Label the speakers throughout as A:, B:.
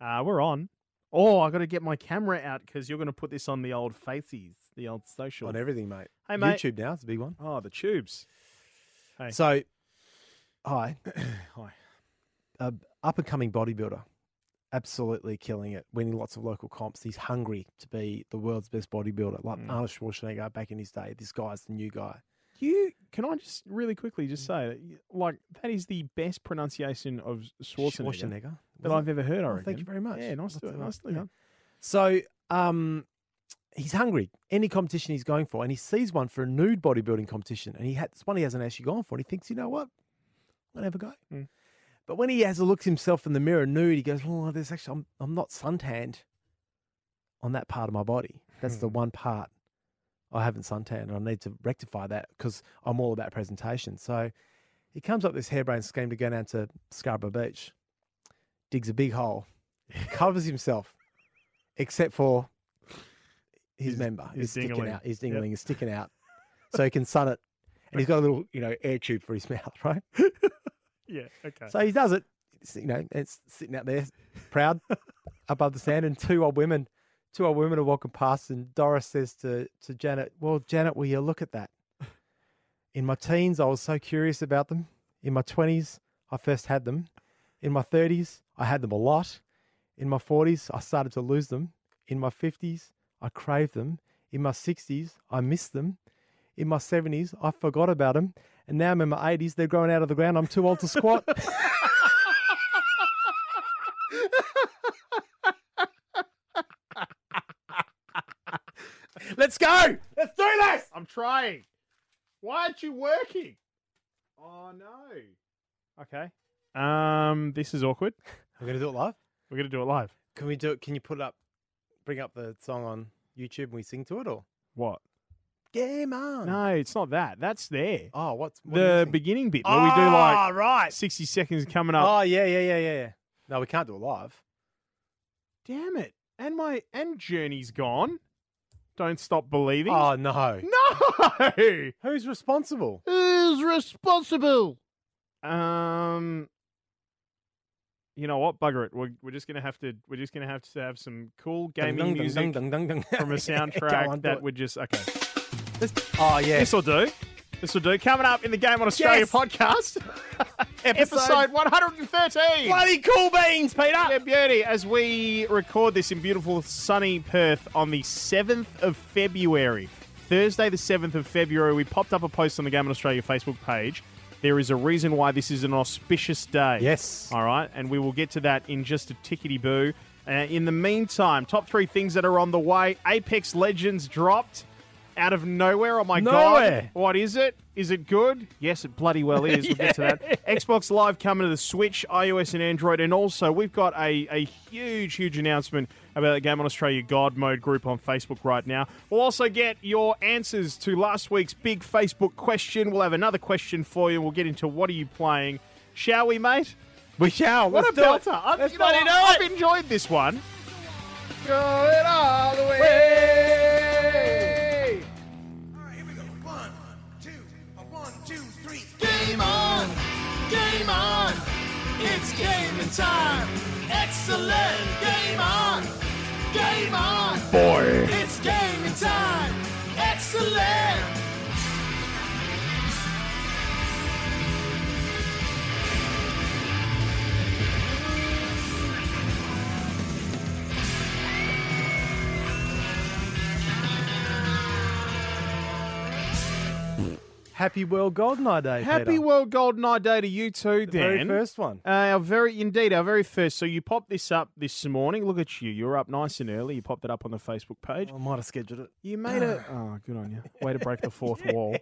A: Uh, we're on. Oh, I got to get my camera out because you're going to put this on the old faces, the old social.
B: on everything, mate.
A: Hey, mate.
B: YouTube now is a big one.
A: Oh, the tubes. Hey.
B: So, hi,
A: Hi.
B: uh, up and coming bodybuilder, absolutely killing it, winning lots of local comps. He's hungry to be the world's best bodybuilder, like
A: Mm.
B: Arnold Schwarzenegger back in his day. This guy's the new guy.
A: You can I just really quickly just say that, y- like that is the best pronunciation of Schwarzenegger,
B: Schwarzenegger.
A: that
B: was
A: I've ever heard. I
B: Oh,
A: reckon.
B: thank you very much.
A: Yeah, nice,
B: That's
A: to,
B: all right.
A: nicely
B: Yeah.
A: done.
B: So um, he's hungry. Any competition he's going for, and he sees one for a nude bodybuilding competition, and he had it's one he hasn't actually gone for, and he thinks, you know what, I'll have a go.
A: Mm.
B: But when he has a look at himself in the mirror nude, he goes, oh, there's actually I'm, I'm not suntanned on that part of my body. That's the one part I haven't suntanned, and I need to rectify that because I'm all about presentation. So he comes up with this harebrained scheme to go down to Scarborough Beach, digs a big hole, covers himself, except for his,
A: His-
B: member.
A: his
B: is sticking
A: ding-a-ling.
B: out. His
A: Yep.
B: dingling is sticking out, so he can sun it, and he's got a little you know air tube for his mouth, right?
A: Yeah. Okay.
B: So he does it. It's, you know, it's sitting out there, proud, above the sand, and two old women, two old women are walking past, and Doris says to to Janet, "Well, Janet, will you look at that? In my teens, I was so curious about them. In my twenties, I first had them. In my thirties, I had them a lot. In my forties, I started to lose them. In my fifties, I craved them. In my sixties, I missed them. In my seventies, I forgot about them." And now I'm in my 80s. They're growing out of the ground. I'm too old to squat. Let's go. Let's do this.
A: I'm trying. Why aren't you working? Oh no. Okay. Um, this is awkward.
B: We're gonna do it live.
A: We're gonna do it live.
B: Can we do it? Can you put it up? Bring up the song on YouTube and we sing to it, or
A: What?
B: game on?
A: No, it's not that. That's there.
B: Oh, what's what
A: the
B: beginning?
A: beginning bit where we do like
B: Ah, right.
A: 60 seconds coming up.
B: Oh yeah, yeah, yeah, yeah, yeah. No, we can't do it live.
A: Damn it. And my and journey's gone. Don't stop believing.
B: Oh no.
A: no.
B: Who's responsible?
A: Who's responsible? Um You know what? Bugger it. We're, we're just going to have to we're just going to have to have some cool gaming
B: Dun, dun, dun,
A: music
B: dun, dun, dun, dun.
A: from a
B: Go
A: soundtrack
B: on, do
A: that
B: it.
A: would just okay.
B: Let's- Oh yeah.
A: This will do. This will do. Coming up in the Game on Australia
B: Yes.
A: podcast,
B: Episode-
A: episode 113.
B: Bloody cool beans, Peter.
A: Yeah, beauty. As we record this in beautiful sunny Perth on the 7th of February, Thursday, the 7th of February, we popped up a post on the Game on Australia Facebook page. There is a reason why this is an auspicious day.
B: Yes.
A: All right. And we will get to that in just a tickety boo. Uh, in the meantime, top three things that are on the way Apex Legends dropped out of nowhere. Oh, my God.
B: Nowhere.
A: What is it? Is it good? Yes, it bloody well is. We'll get to that. Xbox Live coming to the Switch, iOS and Android, and also we've got a, a huge, huge announcement about the Game on Australia God Mode group on Facebook right now. We'll also get your answers to last week's big Facebook question. We'll have another question for you. We'll get into what are you playing, shall we, mate?
B: We shall.
A: What
B: Let's
A: a
B: do it.
A: belter! I've,
B: Let's
A: you know
B: bloody
A: what?
B: do it.
A: I've enjoyed this one.
B: Going all the way.
C: All right, here we go. One, two, a one, two, three. Game on! Game on! It's gaming time! Excellent! Game on! Game on! Boy! It's gaming time! Excellent!
B: Happy World Goldeneye Day.
A: Happy
B: Peter.
A: World Golden Eye Day to you too, Dan.
B: The Very first one.
A: Uh, our very indeed, our very first. So you popped this up this morning. Look at you. You're up nice and early. You popped it up on the Facebook page.
B: I might have scheduled it.
A: You made a oh, good on you. Way to break the fourth wall.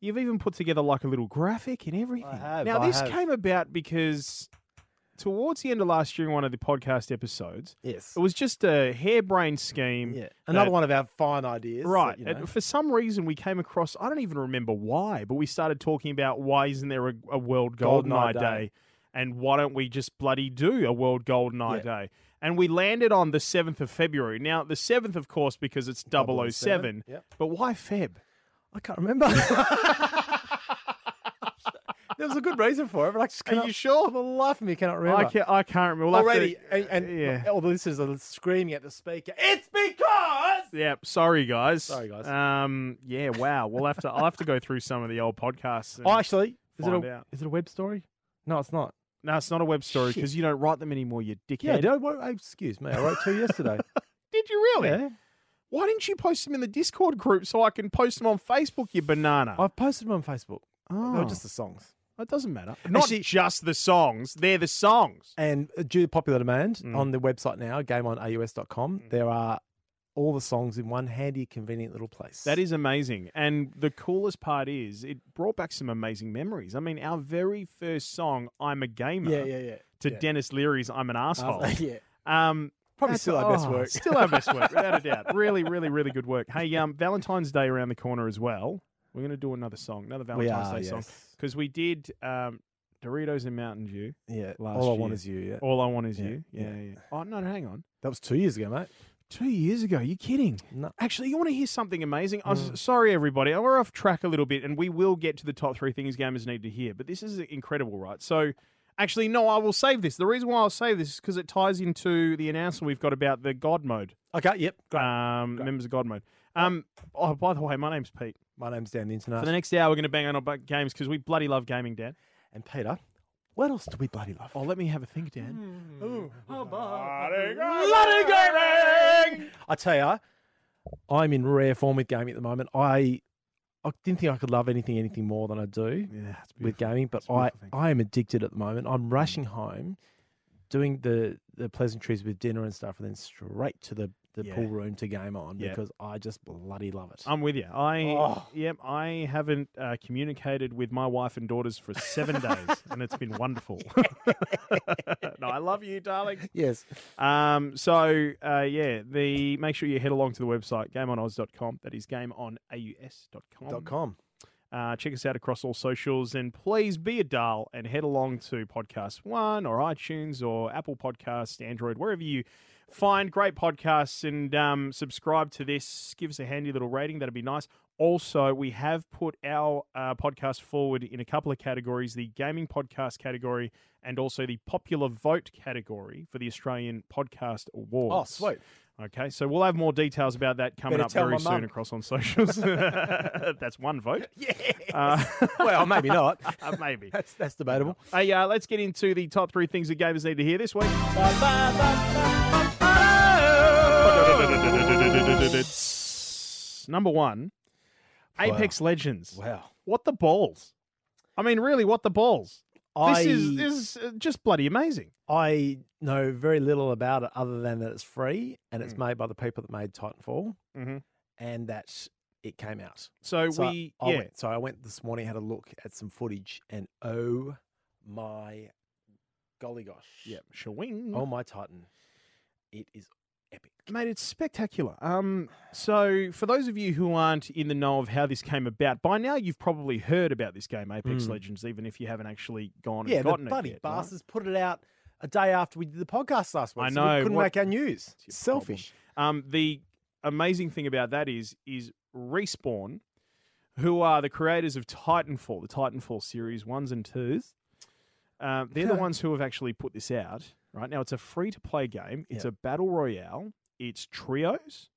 A: You've even put together like a little graphic and everything.
B: have,
A: now
B: I
A: this
B: have.
A: came about because towards the end of last year in one of the podcast episodes,
B: Yes.
A: it was just a harebrained scheme.
B: Yeah. Another
A: that-
B: one of our fine ideas. that,
A: Right.
B: you
A: and
B: know.
A: for some reason, we came across, I don't even remember why, but we started talking about why isn't there a, a World Golden Eye
B: Goldeneye
A: Day?
B: Day.
A: And why don't we just bloody do a World Golden Eye
B: Yeah.
A: Day? And we landed on the 7th of February. Now, the 7th, of course, because it's 007,
B: 007, yep.
A: but why Feb?
B: I can't remember. There was a good reason for it, but I just
A: Are
B: cannot,
A: you sure?
B: For the life of me, cannot
A: I
B: remember.
A: can't, I can't remember. We'll have to-
B: Already, and, and
A: yeah.
B: all the listeners are screaming at the speaker. It's because
A: Yeah, sorry guys.
B: Sorry, guys.
A: Um, yeah, wow. We'll have to. I'll have to go through some of the old podcasts. and-
B: oh, actually, is it
A: Find
B: a
A: out.
B: is it a web story? No, it's not.
A: no, it's not a web story
B: Shit.
A: because you don't write them anymore. You dickhead.
B: Yeah, no, well, excuse me. I wrote two yesterday.
A: Did you really?
B: yeah,
A: Why didn't you post them in the Discord group so I can post them on Facebook? You banana.
B: I've posted them on Facebook. They
A: oh,
B: were just the songs.
A: it doesn't matter. Not
B: Actually-
A: just the songs. They're the songs.
B: And due to popular demand on the website now, gameonaus.com, there are all the songs in one handy, convenient little place.
A: That is amazing. And the coolest part is it brought back some amazing memories. I mean, our very first song, I'm a Gamer,
D: Yeah, yeah, yeah.
A: to
D: yeah.
A: Dennis Leary's I'm an Asshole.
D: yeah.
A: um,
B: probably
A: That's-
B: still our best
A: oh,
B: work.
A: Still our best work, without a doubt. Really, really, really good work. Hey, um, Valentine's Day around the corner as well. We're going to do another song, another
B: we
A: Valentine's
B: are,
A: Day song,
B: yes.
A: because we did um, Doritos and Mountain Dew.
B: Yeah,
A: Last
B: all I want
A: year.
B: is you. Yeah,
A: All I want is
B: Yeah,
A: you. Yeah,
B: yeah.
A: yeah, yeah. Oh no, hang on.
B: that was two years ago, mate.
A: Two years ago, you kidding?
B: No.
A: Actually, you want to hear something amazing? I'm s- sorry, everybody. Oh, We're off track a little bit, and we will get to the top three things gamers need to hear. But this is incredible, right? So, actually, no, I will save this. The reason why I'll save this is because it ties into the announcement we've got about the God mode.
B: Okay, yep, great.
A: Um, members of God mode. Um, oh, by the way, my name's Pete.
B: My name's Dan the Internet.
A: For the next hour, we're going to bang on about games because we bloody love gaming, Dan.
B: and Peter, what else do we bloody love?
A: Oh, let me have a think, Dan.
B: Hmm. Bloody gaming! I tell ya, I'm in rare form with gaming at the moment. I, I didn't think I could love anything anything more than I do
A: Yeah, that's
B: with
A: beautiful.
B: gaming, but
A: It's a
B: I,
A: beautiful thing.
B: I am addicted at the moment. I'm rushing home, doing the, the pleasantries with dinner and stuff, and then straight to the, the
A: Yeah.
B: pool room to game on
A: Yeah.
B: because I just bloody love it.
A: I'm with you. I
B: Oh.
A: yep. I haven't uh, communicated with my wife and daughters for seven days, and it's been wonderful. no, I love you, darling.
B: yes.
A: Um, so uh, yeah, the make sure you head along to the website gameonoz.com. That is gameonaus.com.
B: Dot com.
A: Uh, check us out across all socials and please be a doll and head along to Podcast One or iTunes or Apple Podcasts, Android, wherever you find great podcasts and um, subscribe to this. Give us a handy little rating. That'd be nice. Also, we have put our uh, podcast forward in a couple of categories the gaming podcast category and also the popular vote category for the Australian Podcast Awards.
B: Oh, sweet.
A: Okay, so we'll have more details about that coming
B: Better
A: up
B: tell
A: very
B: my
A: soon
B: mum.
A: across on socials. That's one vote. Uh, Yeah.
B: well, maybe not.
A: Uh, maybe.
B: That's that's debatable.
A: Hey, uh, let's get into the top three things that gamers need to hear this week. Number one, Apex Legends.
B: Wow.
A: What the balls? I mean, really, what the balls?
B: I,
A: This is this is uh, just bloody amazing.
B: I know very little about it other than that it's free and
A: Hmm.
B: it's made by the people that made Titanfall
A: Mhm.
B: and that it came out.
A: So,
B: So
A: we,
B: I
A: yeah,
B: went, so I went this morning, had a look at some footage, and oh my golly gosh.
A: yeah, shwing.
B: Oh my Titan. It is epic.
A: Mate, it's spectacular. Um, so, for those of you who aren't in the know of how this came about, by now you've probably heard about this game, Apex
B: Mm.
A: Legends, even if you haven't actually gone
B: yeah,
A: and
B: the
A: gotten
B: bloody
A: it. yet, right?
B: bastards put it out a day after we did the podcast last week.
A: I
B: So we
A: know,
B: couldn't
A: what-
B: make our news.
A: your
B: Selfish.
A: Um, the amazing thing about that is is Respawn, who are the creators of Titanfall, the Titanfall series ones and twos. Uh, they're the
B: Yeah.
A: ones who have actually put this out right now. It's a free to play game. It's
B: Yeah.
A: a battle royale. It's trios,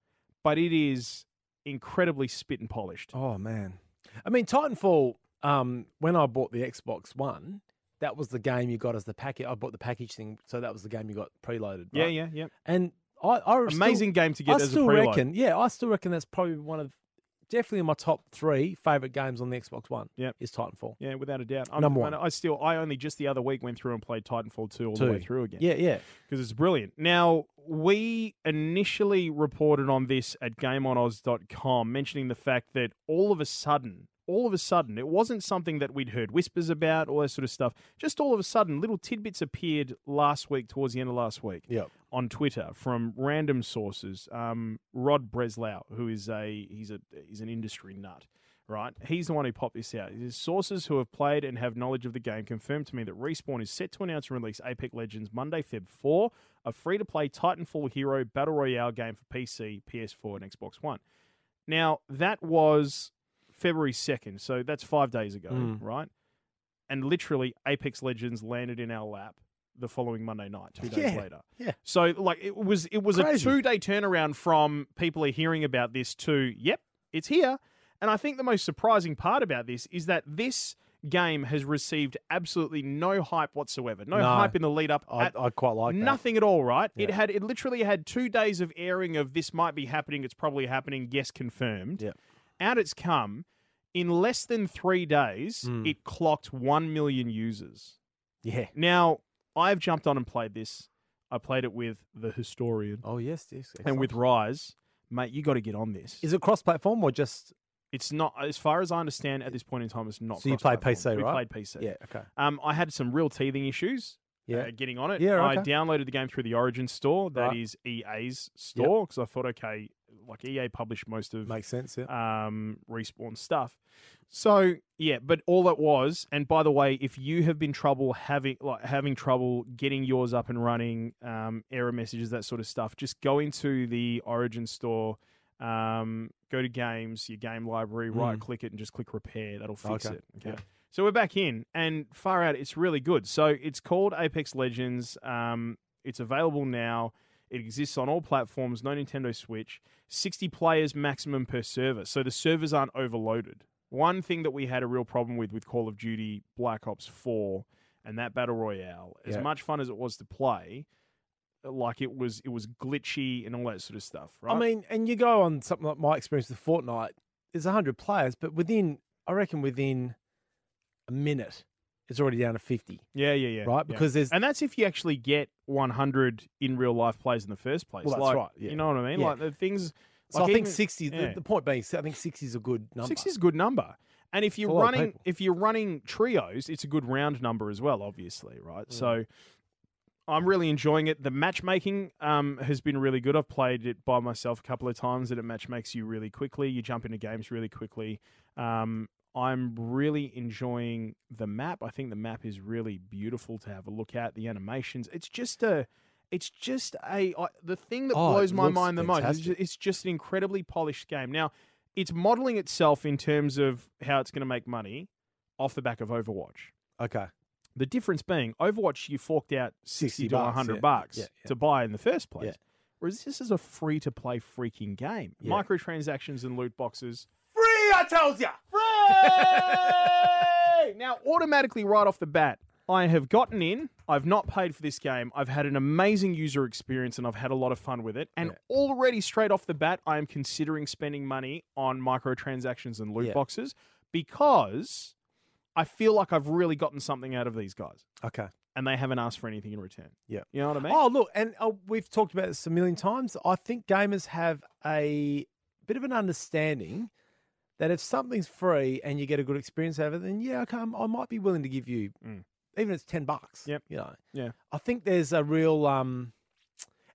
A: but it is incredibly spit and polished.
B: Oh man. I mean Titanfall, um, when I bought the Xbox One, that was the game you got as the package. I bought the package thing, so that was the game you got preloaded.
A: Yeah,
B: right?
A: yeah, yeah.
B: And I, I still-
A: Amazing game to get
B: I
A: as a
B: still
A: preload.
B: reckon, yeah, I still reckon that's probably one of definitely in my top three favorite games on the Xbox One.
A: Yep.
B: is Titanfall.
A: Yeah, without a doubt. I'm,
B: Number
A: I-
B: one.
A: I still, I only just the other week went through and played Titanfall 2 all the way
B: Two.
A: through again.
B: Yeah, yeah,
A: because it's brilliant. Now, we initially reported on this at GameOnOz.com, mentioning the fact that all of a sudden, all of a sudden, it wasn't something that we'd heard whispers about, all that sort of stuff. Just all of a sudden, little tidbits appeared last week, towards the end of last week,
B: yeah.
A: on Twitter from random sources. Um, Rod Breslau, who is a he's a he's an industry nut. Right, he's the one who popped this out. He says, sources who have played and have knowledge of the game confirmed to me that Respawn is set to announce and release Apex Legends Monday, Feb 4, a free-to-play Titanfall hero battle royale game for PC, PS4, and Xbox One. Now that was February second, so that's five days ago,
B: Mm.
A: right? and literally Apex Legends landed in our lap the following Monday night, two days
B: Yeah,
A: later.
B: yeah.
A: So like it was it was
B: Crazy.
A: a two day turnaround from people are hearing about this to yep, it's here. And I think the most surprising part about this is that this game has received absolutely no hype whatsoever. No,
B: No.
A: hype in the lead up
B: I,
A: at
B: I quite like that.
A: nothing at all, right? It
B: Yeah.
A: had it literally had two days of airing of this might be happening, it's probably happening, yes, confirmed.
B: Yeah.
A: Out it's come. In less than three days,
B: Mm.
A: it clocked one million users.
B: Yeah.
A: Now, I've jumped on and played this. I played it with the historian
B: Oh yes, yes.
A: and
B: excellent.
A: with Rise. Mate, you got to get on this.
B: is it cross-platform or just
A: It's not, as far as I understand, at this point in time, it's not.
B: So you played
A: cross-platform.
B: PC,
A: We
B: right?
A: played PC.
B: yeah? Okay.
A: Um, I had some real teething issues
B: Yeah.
A: uh, getting on it.
B: Yeah,
A: I
B: okay.
A: downloaded the game through the Origin store. that
B: Right.
A: is EA's store because I thought, okay, like EA published most of
B: Makes sense. Yeah.
A: um, respawn stuff. So yeah, but all it was. And by the way, if you have been trouble having like having trouble getting yours up and running, um, error messages, that sort of stuff, just go into the Origin store. Um, go to games, your game library,
B: Mm.
A: right click it, and just click repair. That'll fix
B: Okay.
A: it.
B: Yeah.
A: So we're back in, and far out, it's really good. So it's called Apex Legends. Um, it's available now. It exists on all platforms, no Nintendo Switch. 60 players maximum per server. So the servers aren't overloaded. One thing that we had a real problem with with Call of Duty Black Ops 4 and that battle royale, as
B: Yeah.
A: much fun as it was to play, like it was it was glitchy and all that sort of stuff, right?
B: I mean, and you go on something like my experience with Fortnite. There's hundred players, but within I reckon within a minute, it's already down to fifty,
A: yeah, yeah, yeah.
B: right?
A: yeah.
B: Because there's
A: And that's if you actually get 100 in real life plays in the first place.
B: Well, that's
A: like,
B: right, yeah.
A: You know what I mean?
B: Yeah.
A: Like the things.
B: so
A: like
B: I think
A: even-
B: sixty. the-
A: yeah.
B: The, point being, I think sixty is a good number.
A: Six is a good number. And if you're
B: a lot of
A: running
B: people.
A: if you're running trios, it's a good round number as well, obviously, right?
B: Mm.
A: So I'm really enjoying it. The matchmaking um, has been really good. I've played it by myself a couple of times, and it matchmakes you really quickly. You jump into games really quickly. Um, I'm really enjoying the map. I think the map is really beautiful to have a look at. The animations. It's just a. It's just a. I, the thing that
B: Oh, it
A: blows my
B: looks
A: mind the most. is
B: fantastic.
A: ju- It's just an incredibly polished game. Now, it's modeling itself in terms of how it's going to make money off the back of Overwatch.
B: okay.
A: The difference being, Overwatch, you forked out 60,
B: 60
A: to
B: bucks,
A: 100
B: yeah.
A: bucks
B: Yeah, yeah.
A: to buy in the first place.
B: Yeah.
A: Whereas this is a free to play freaking game.
B: Yeah.
A: Microtransactions and loot boxes.
B: Free, I tells ya.
A: Free! now, automatically, right off the bat, I have gotten in. I've not paid for this game. I've had an amazing user experience and I've had a lot of fun with it. And
B: Yeah.
A: already, straight off the bat, I am considering spending money on microtransactions and loot
B: Yeah.
A: boxes because I feel like I've really gotten something out of these guys
B: Okay.
A: and they haven't asked for anything in return.
B: Yeah.
A: You know what I mean?
B: Oh, look, and uh, we've talked about this a million times. I think gamers have a bit of an understanding that if something's free and you get a good experience out of it, then yeah, okay, I'm- I might be willing to give you,
A: Mm.
B: even if it's 10 bucks.
A: Yep.
B: You know,
A: Yeah.
B: I think there's a real, um,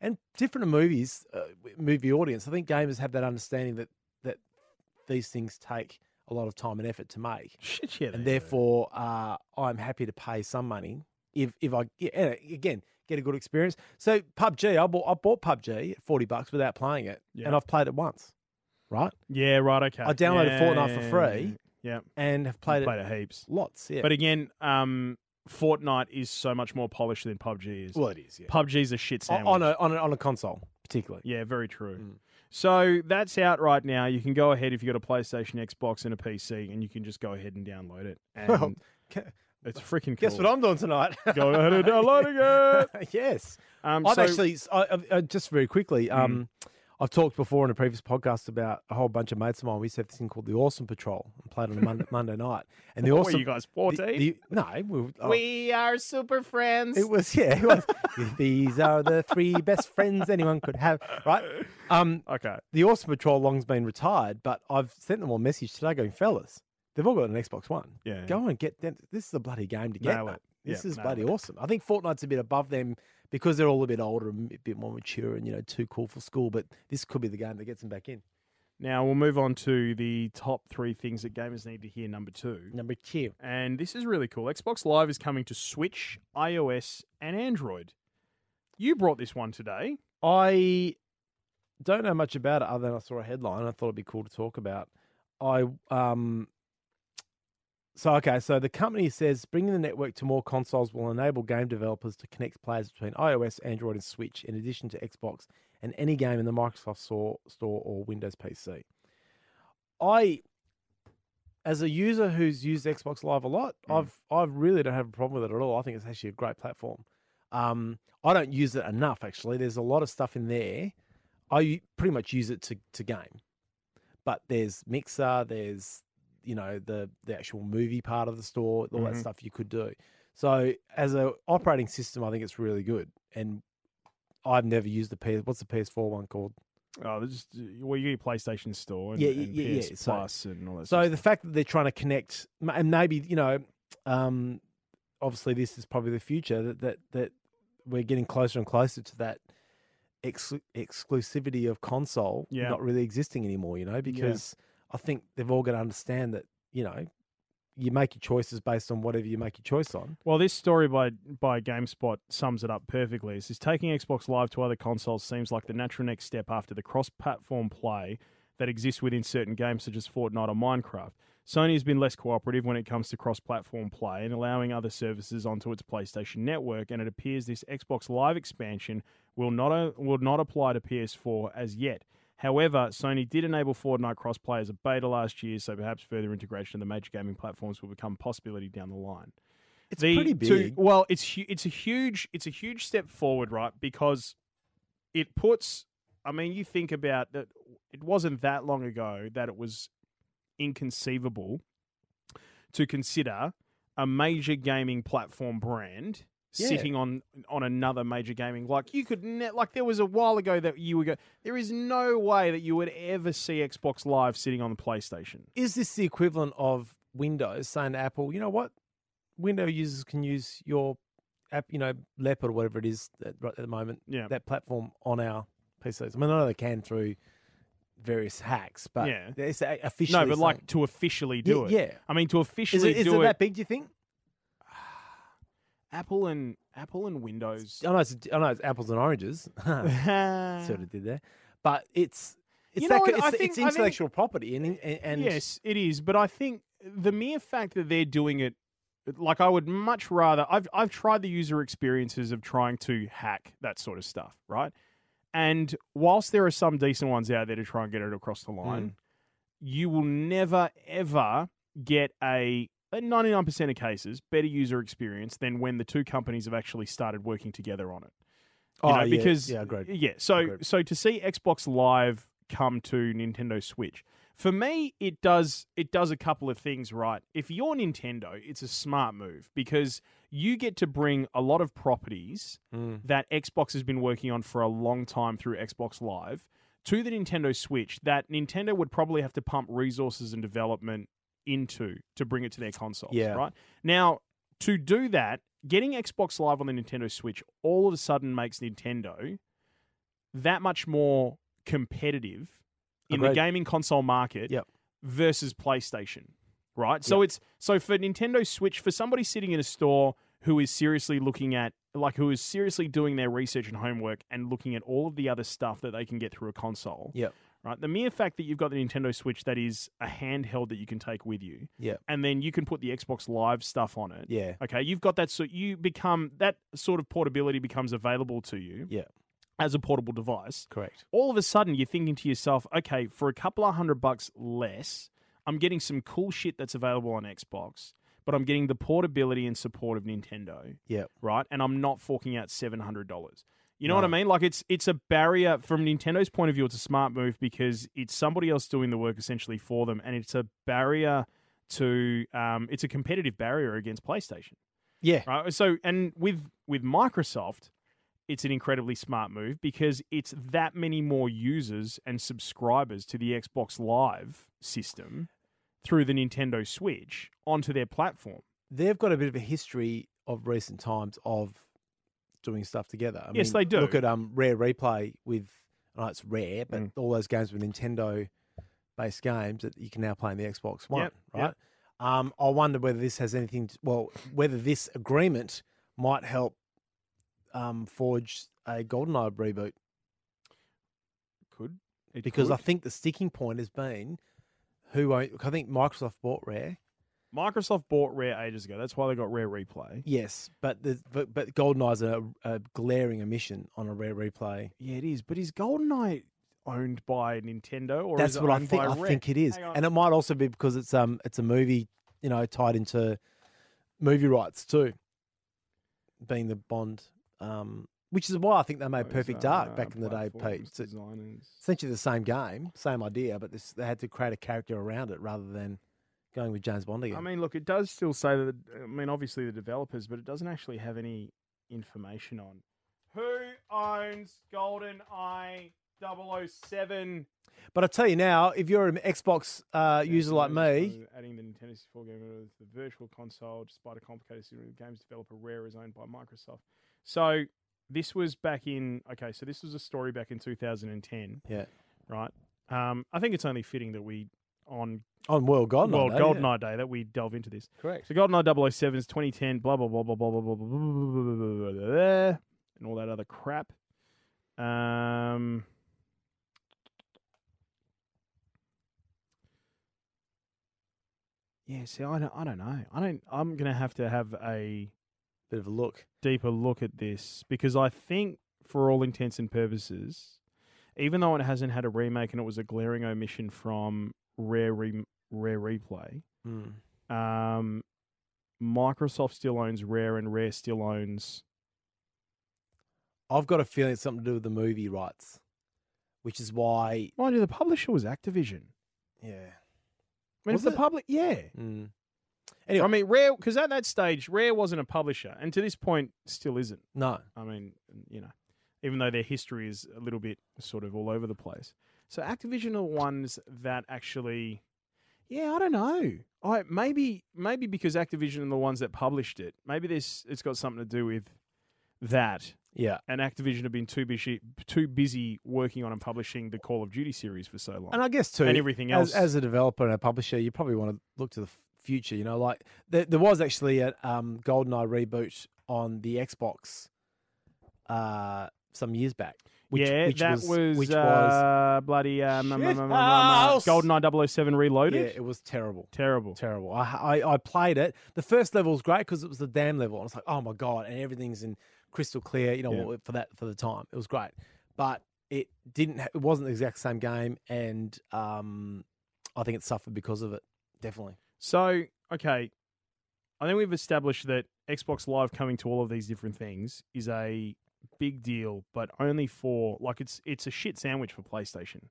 B: and different to movies, uh, w- movie audience, I think gamers have that understanding that, that these things take a lot of time and effort to make
A: shit, yeah.
B: and
A: they-
B: therefore uh, I'm happy to pay some money if if I yeah, and again get a good experience. So PUBG, I bought I bought PUBG at forty bucks without playing it,
A: Yeah.
B: and I've played it once, right?
A: yeah, right, okay.
B: I downloaded Fortnite for free.
A: Yeah.
B: And have
A: Played,
B: played, it
A: played it heaps.
B: lots. Yeah,
A: But again, um, Fortnite is so much more polished than PUBG is.
B: well, it is. Yeah,
A: PUBG's a shit sandwich.
B: on a on a, on a console particularly.
A: yeah, very true.
B: Mm.
A: So that's out right now. You can go ahead if you've got a PlayStation, Xbox, and a PC, and you can just go ahead and download it. And
B: Well, ca-
A: it's freaking cool.
B: Guess what I'm doing tonight?
A: Go ahead and downloading it.
B: yes,
A: Um,
B: I've
A: so- Mm.
B: actually s- I, I've- uh, just very quickly. Um, I've talked before in a previous podcast about a whole bunch of mates of mine. We used to have this thing called the Awesome Patrol and played on a Monday, Monday night. And the
A: What were
B: Awesome
A: you guys
B: the-
A: 14?
B: the- no, we, were- oh,
A: we are super friends.
B: it was yeah. It was, These are the three best friends anyone could have, right? Um,
A: okay.
B: the Awesome Patrol long's been retired, but I've sent them all a message today going, fellas, they've all got an Xbox One.
A: Yeah.
B: Go and get them. This is a bloody game to get.
A: Nail
B: mate.
A: it.
B: This
A: Yeah,
B: is
A: nail
B: bloody
A: it.
B: awesome. I think Fortnite's a bit above them because they're all a bit older and a bit more mature and you know too cool for school. But this could be the game that gets them back in.
A: Now we'll move on to the top three things that gamers need to hear. Number two,
B: Number two.
A: and this is really cool. Xbox Live is coming to Switch, iOS, and Android. You brought this one today.
B: I don't know much about it other than I saw a headline. I thought it'd be cool to talk about. I um, So, okay, so the company says bringing the network to more consoles will enable game developers to connect players between iOS, Android, and Switch, in addition to Xbox and any game in the Microsoft Store, store or Windows PC. I, as a user who's used Xbox Live a lot, I've I really don't have a problem with it at all. I think it's actually a great platform. Um, I don't use it enough actually. There's a lot of stuff in there. I u- pretty much use it to to game, but there's Mixer, there's you know the the actual movie part of the store, all that
A: Mhm.
B: stuff you could do. So as a operating system, I think it's really good. And I've never used the PS. What's the PS4 one called?
A: Oh, there's just well, you get your PlayStation Store and,
B: Yeah,
A: and
B: yeah, yeah,
A: PS
B: so-
A: Plus and all that.
B: So
A: sort
B: the
A: of stuff.
B: fact that they're trying to connect, m- and maybe you know, um, obviously this is probably the future that that that we're getting closer and closer to that ex- exclusivity of console
A: Yeah.
B: not really existing anymore. You know, because I think they've all got to understand that you know you make your choices based on whatever you make your choice on.
A: well, this story by by GameSpot sums it up perfectly. It says taking Xbox Live to other consoles seems like the natural next step after the cross-platform play that exists within certain games such as Fortnite or Minecraft. Sony has been less cooperative when it comes to cross-platform play and allowing other services onto its PlayStation network, and it appears this Xbox Live expansion will not uh, will not apply to PS4 as yet. However, Sony did enable Fortnite crossplay as a beta last year, so perhaps further integration of the major gaming platforms will become a possibility down the line.
B: It's
A: The
B: pretty
A: two-
B: big.
A: well, it's hu- it's a huge it's a huge step forward, right? Because it puts. I mean, you think about that. It wasn't that long ago that it was inconceivable to consider a major gaming platform brand
B: Yeah.
A: sitting on on another major gaming like you could ne- like there was a while ago that you would go there is no way that you would ever see Xbox Live sitting on the PlayStation.
B: Is this the equivalent of Windows saying to Apple, you know what, Windows users can use your app, you know, Leopard or whatever it is at, right at the moment.
A: Yeah.
B: that platform on our PCs. I mean, I know they can through various hacks, but
A: Yeah.
B: it's a- officially
A: No, but like
B: something.
A: to officially do
B: yeah,
A: it.
B: yeah.
A: I mean to
B: Is
A: officially
B: it, is
A: do
B: it that big? Do you think?
A: Apple and Apple and Windows.
B: I know it's, I know it's apples and oranges. sort
A: sort
B: of did there, but it's it's
A: You know
B: that
A: what,
B: co- it's,
A: I
B: it's
A: think- I think-
B: intellectual property and and, and
A: yes, it is. But I think the mere fact that they're doing it, like I would much rather. I've I've tried the user experiences of trying to hack that sort of stuff, right? And whilst there are some decent ones out there to try and get it across
B: Hmm.
A: the line, you will never ever get a. In 99% of cases, better user experience than when the two companies have actually started working together on it. You
B: oh,
A: know,
B: yeah,
A: because
B: yeah, great.
A: Yeah, so
B: Agreed.
A: so to see Xbox Live come to Nintendo Switch for me, it does it does a couple of things right. If you're Nintendo, it's a smart move because you get to bring a lot of properties
B: Mm.
A: that Xbox has been working on for a long time through Xbox Live to the Nintendo Switch that Nintendo would probably have to pump resources and development into to bring it to their consoles,
B: Yeah.
A: right? Now, to do that, getting Xbox Live on the Nintendo Switch all of a sudden makes Nintendo that much more competitive in the
B: Agreed.
A: gaming console market
B: Yep.
A: versus PlayStation, right? So it's so for Nintendo Switch for somebody sitting in a store who is seriously looking at like who is seriously doing their research and homework and looking at all of the other stuff that they can get through a console.
B: Yep.
A: Right? The mere fact that you've got the Nintendo Switch that is a handheld that you can take with you
B: Yep.
A: and then you can put the Xbox Live stuff on it.
B: Yeah,
A: Okay, you've got that. So you become that sort of portability becomes available to you.
B: Yeah.
A: As a portable device,
B: correct.
A: all of a sudden you're thinking to yourself, okay, for a couple of hundred bucks less, I'm getting some cool shit that's available on Xbox, but I'm getting the portability and support of Nintendo.
B: Yep.
A: Right, and I'm not forking out seven hundred dollars. You know what I
B: No.
A: mean? Like it's it's a barrier from Nintendo's point of view. It's a smart move because it's somebody else doing the work essentially for them, and it's a barrier to um, it's a competitive barrier against PlayStation
B: Yeah,
A: right? Uh, So, and with with Microsoft, it's an incredibly smart move because it's that many more users and subscribers to the Xbox Live system through the Nintendo Switch onto their platform.
B: they've got a bit of a history of recent times of doing stuff together. I
A: Yes,
B: mean,
A: they
B: Look
A: do.
B: at um, Rare Replay with, I know it's rare, but
A: Mm.
B: all those games with Nintendo based games that you can now play in the Xbox One,
A: Yep,
B: right?
A: yep.
B: Um, I wonder whether this has anything, to, well, whether this agreement might help um, forge a GoldenEye reboot
A: Could it
B: because I
A: could.
B: think the sticking point has been who own, I think Microsoft bought Rare.
A: Microsoft bought Rare ages ago. That's why they got Rare Replay.
B: Yes, but the but, but GoldenEye's a, a glaring omission on a rare replay.
A: Yeah, it is. But is GoldenEye owned by Nintendo or
B: That's
A: is it
B: what I
A: owned
B: think.
A: by
B: I
A: Rare?
B: think it is,
A: Hang on.
B: and it might also be because it's um it's a movie, you know, tied into movie rights too, being the Bond, um, which is why I think they made
A: Those
B: Perfect
A: are,
B: Dark back in the day, Pete.
A: platforms,
B: It's
A: designers.
B: essentially the same game, same idea, but this, they had to create a character around it rather than going with James Bond again.
A: I mean, look, it does still say that. I mean, obviously the developers, but it doesn't actually have any information on who owns GoldenEye 007.
B: but I tell you now, if you're an Xbox uh, user like me,
A: adding the Nintendo 64 game to the virtual console, despite a complicated system, the games developer Rare is owned by Microsoft. So this was back in okay, so this was a story back in 2010,
B: yeah,
A: right? Um, I think it's only fitting that we on
B: on World Goldeneye,
A: World
B: though, yeah.
A: GoldenEye Day that we delve into this.
B: correct.
A: So GoldenEye 007's 2010, blah, blah, blah, blah, blah, blah, blah, blah, blah, blah, blah, blah, blah, blah, and all that other crap. Um, yeah, see, I don't, I don't know. I don't, I'm going to have to have a
B: Bit of a look.
A: deeper look at this because I think, for all intents and purposes, even though it hasn't had a remake and it was a glaring omission from Rare, Rem Rare Replay,
B: Mm.
A: um, Microsoft still owns Rare, and Rare still owns.
B: I've got a feeling it's something to do with the movie rights, which is why,
A: Mind you, the publisher was Activision.
B: yeah.
A: I mean,
B: Was
A: it's the
B: it?
A: public, yeah.
B: Mm. Anyway.
A: I mean, Rare, because at that stage, Rare wasn't a publisher, and to this point, still isn't.
B: No,
A: I mean, you know, even though their history is a little bit sort of all over the place. So Activision are the ones that actually, yeah, I don't know. I maybe maybe because Activision are the ones that published it. Maybe this it's got something to do with that.
B: yeah.
A: and Activision have been too busy too busy working on and publishing the Call of Duty series for so long.
B: And I guess too,
A: And everything
B: as-
A: else.
B: As, a developer and a publisher, you probably want to look to the f- future. You know, like there, there was actually a um, GoldenEye reboot on the Xbox uh, some years back.
A: yeah, that was,
B: which was
A: uh, bloody um, um, um, um, um, uh,
B: Shithouse!
A: GoldenEye 007
B: yeah,
A: Reloaded.
B: it was terrible.
A: Terrible.
B: Terrible. I, I I played it. The first level was great because it was the dam level. And I was like, oh my god, and everything's in crystal clear. You know,
A: Yeah.
B: for that for the time, it was great. But it didn't. ha- It wasn't the exact same game, and um, I think it suffered because of it. Definitely.
A: So okay, I think we've established that Xbox Live coming to all of these different things is a big deal, but only for like it's it's a shit sandwich for PlayStation.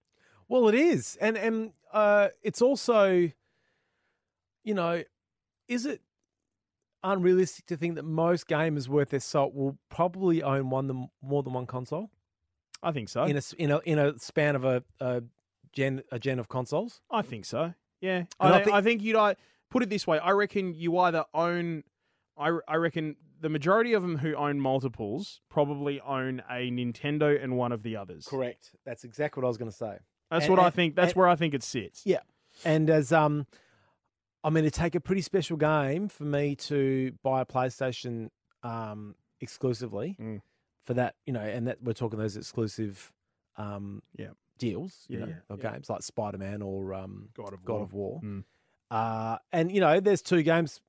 B: Well, it is, and and uh, it's also, you know, is it unrealistic to think that most gamers worth their salt will probably own one them more than one console
A: I think so.
B: in a s- in a in a span of a, a gen a gen of consoles?
A: I think so. Yeah,
B: And I
A: I, thi-
B: think-
A: I think you'd I, put it this way. I reckon you either own. I, I reckon the majority of them who own multiples probably own a Nintendo and one of the others.
B: Correct. That's exactly what I was going to say.
A: That's
B: And-
A: what I
B: and-
A: think. That's
B: and-
A: where I think it sits.
B: Yeah. And as um, I mean, it take a pretty special game for me to buy a PlayStation um exclusively
A: Mm.
B: for that. You know, and that we're talking those exclusive um
A: Yeah.
B: deals. You
A: Yeah,
B: know,
A: yeah,
B: of
A: yeah.
B: games like Spider Man or um
A: God of
B: God of War.
A: Mm.
B: Uh, and you know, there's two games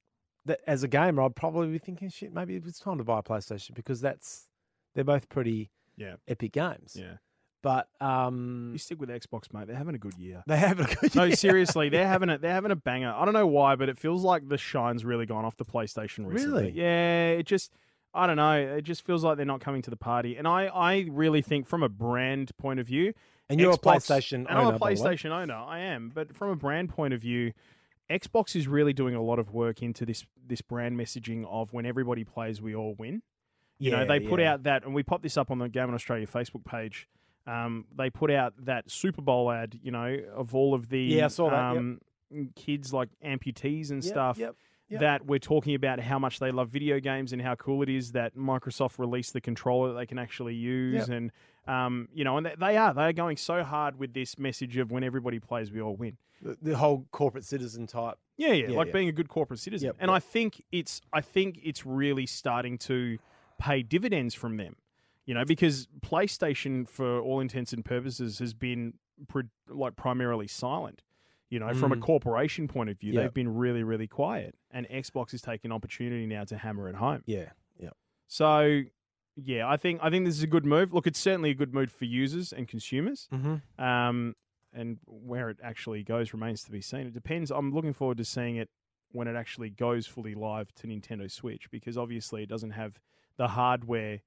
B: that as a gamer I'd probably be thinking, shit, maybe it's time to buy a PlayStation because that's they're both pretty
A: Yeah.
B: epic games.
A: Yeah.
B: But um
A: You stick with Xbox, mate. They're having a good year.
B: they have a good
A: No,
B: year.
A: seriously, they're having a they're having a banger. I don't know why, but it feels like the shine's really gone off the PlayStation recently.
B: Really?
A: Yeah, it just I don't know. It just feels like they're not coming to the party. And I I really think from a brand point of view,
B: And
A: Xbox-
B: you're a PlayStation
A: and
B: owner.
A: I'm a
B: by the way.
A: PlayStation owner. I am, but from a brand point of view, Xbox is really doing a lot of work into this this brand messaging of when everybody plays, we all win. You know,
B: Yeah,
A: they put
B: yeah.
A: out that, and we popped this up on the Game on Australia Facebook page. Um, they put out that Super Bowl ad, you know, of all of the
B: Yeah, I saw that, yep.
A: um, kids like amputees and
B: Yep,
A: stuff
B: yep, yep.
A: that we're talking about how much they love video games and how cool it is that Microsoft released the controller that they can actually use.
B: Yep.
A: And, um, you know, and they, they are, they are going so hard with this message of when everybody plays, we all win.
B: The, the whole corporate citizen type.
A: Yeah, yeah,
B: Yeah,
A: like
B: yeah.
A: being a good corporate citizen.
B: Yep,
A: and
B: yep.
A: I think it's I think it's really starting to pay dividends from them. You know, because PlayStation for all intents and purposes has been pre- like primarily silent. You know, from a
B: Mm.
A: corporation point of view,
B: Yeah.
A: they've been really, really quiet, and Xbox is taking opportunity now to hammer it home.
B: Yeah.
A: So, yeah, I think I think this is a good move. Look, it's certainly a good move for users and consumers.
B: Mm-hmm.
A: Um, and where it actually goes remains to be seen. It depends. I'm looking forward to seeing it when it actually goes fully live to Nintendo Switch because obviously it doesn't have the hardware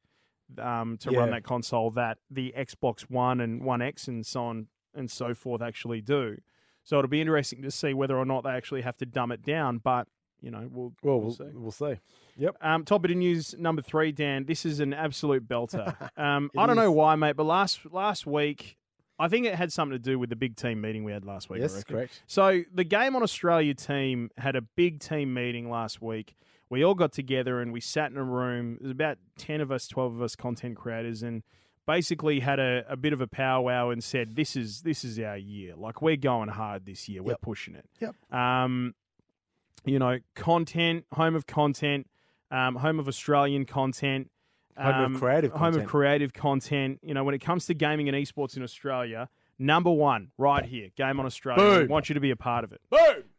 A: um, to run
B: Yeah.
A: that console that the Xbox One and One X and so on and so forth actually do. So it'll be interesting to see whether or not they actually have to dumb it down. But you know, we'll
B: Well,
A: we'll
B: we'll,
A: see.
B: we'll see.
A: Um, top bit of news number three, Dan. This is an absolute belter. Um,
B: It
A: I don't know
B: is.
A: why, mate, but last last week, I think it had something to do with the big team meeting we had last week. I
B: yes,
A: reckon.
B: correct.
A: So the game on Australia team had a big team meeting last week. We all got together and we sat in a room. There's about ten of us, twelve of us content creators, and basically had a, a bit of a powwow and said, "This is this is our year. Like we're going hard this year. We're
B: Yep.
A: pushing it.
B: Yep.
A: Um, you know, content, home of content, um, home of Australian content,
B: Home
A: um,
B: of creative
A: home
B: content.
A: of creative content. You know, when it comes to gaming and esports in Australia, number one right here, Game on Australia. We
B: Boom.
A: want you to be a part of it.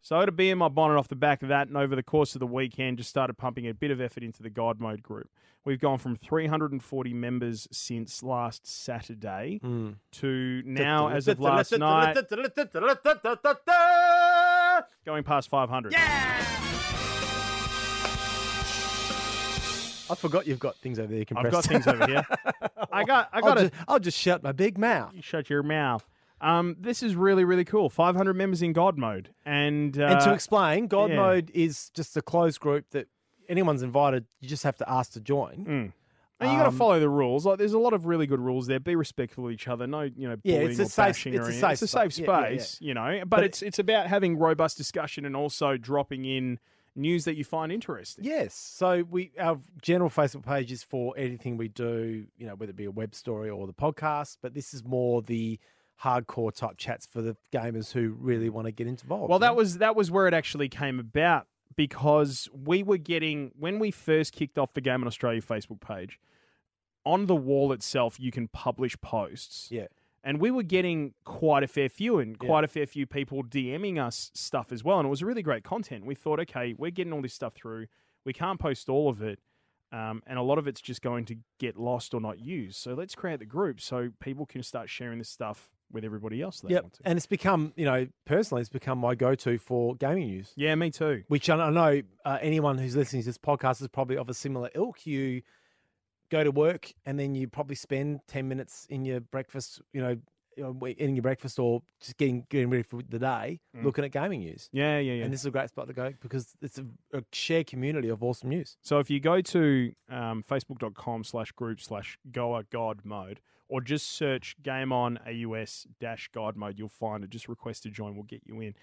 A: So I had a bee in my bonnet off the back of that, and over the course of the weekend, just started pumping a bit of effort into the God Mode group. We've gone from 340 members since last Saturday
B: Mm.
A: to now, as of last night, going past 500.
B: I forgot you've got things over there compressed.
A: I've got things over here. I got, I got
B: I'll,
A: a,
B: just, I'll just shut my big mouth.
A: You shut your mouth. Um, this is really, really cool. 500 members in God mode. And, uh,
B: and to explain, God
A: yeah.
B: Mode is just a closed group that anyone's invited. You just have to ask to join.
A: Mm. and you got to
B: um,
A: follow the rules. Like, there's a lot of really good rules there. Be respectful of each other. No, you know,
B: Yeah,
A: bullying
B: it's
A: or
B: a safe-
A: bashing
B: it's
A: or
B: a
A: anything.
B: safe
A: It's a safe
B: space.
A: space,
B: Yeah, yeah,
A: you know. But,
B: it-
A: it's it's about having robust discussion and also dropping in news that you find interesting.
B: Yes. So we our general Facebook page is for anything we do, you know, whether it be a web story or the podcast, but this is more the hardcore type chats for the gamers who really want to get involved.
A: Well,
B: you know?
A: that was that was where it actually came about because we were getting when we first kicked off the Game in Australia Facebook page. On the wall itself, you can publish posts.
B: Yeah.
A: and we were getting quite a fair few and
B: Yeah.
A: quite a fair few people DMing us stuff as well. And it was really great content. We thought, okay, we're getting all this stuff through. We can't post all of it. Um, and a lot of it's just going to get lost or not used. So let's create the group so people can start sharing this stuff with everybody else that they
B: Yep.
A: want to.
B: And it's become, you know, personally it's become my go to for gaming news.
A: yeah, me too.
B: Which I I know uh, anyone who's listening to this podcast is probably of a similar ilk. You go to work and then you probably spend ten minutes in your breakfast, you know, you know, wait- eating your breakfast or just getting getting ready for the day, looking at gaming news.
A: Yeah, Mm. yeah, yeah.
B: And this is a great spot to go because it's a, a shared community of awesome news.
A: So if you go to um, facebook.com slash group slash goa god mode or just search game on AUS dash god mode, you'll find it. Just request to join, we'll get you in.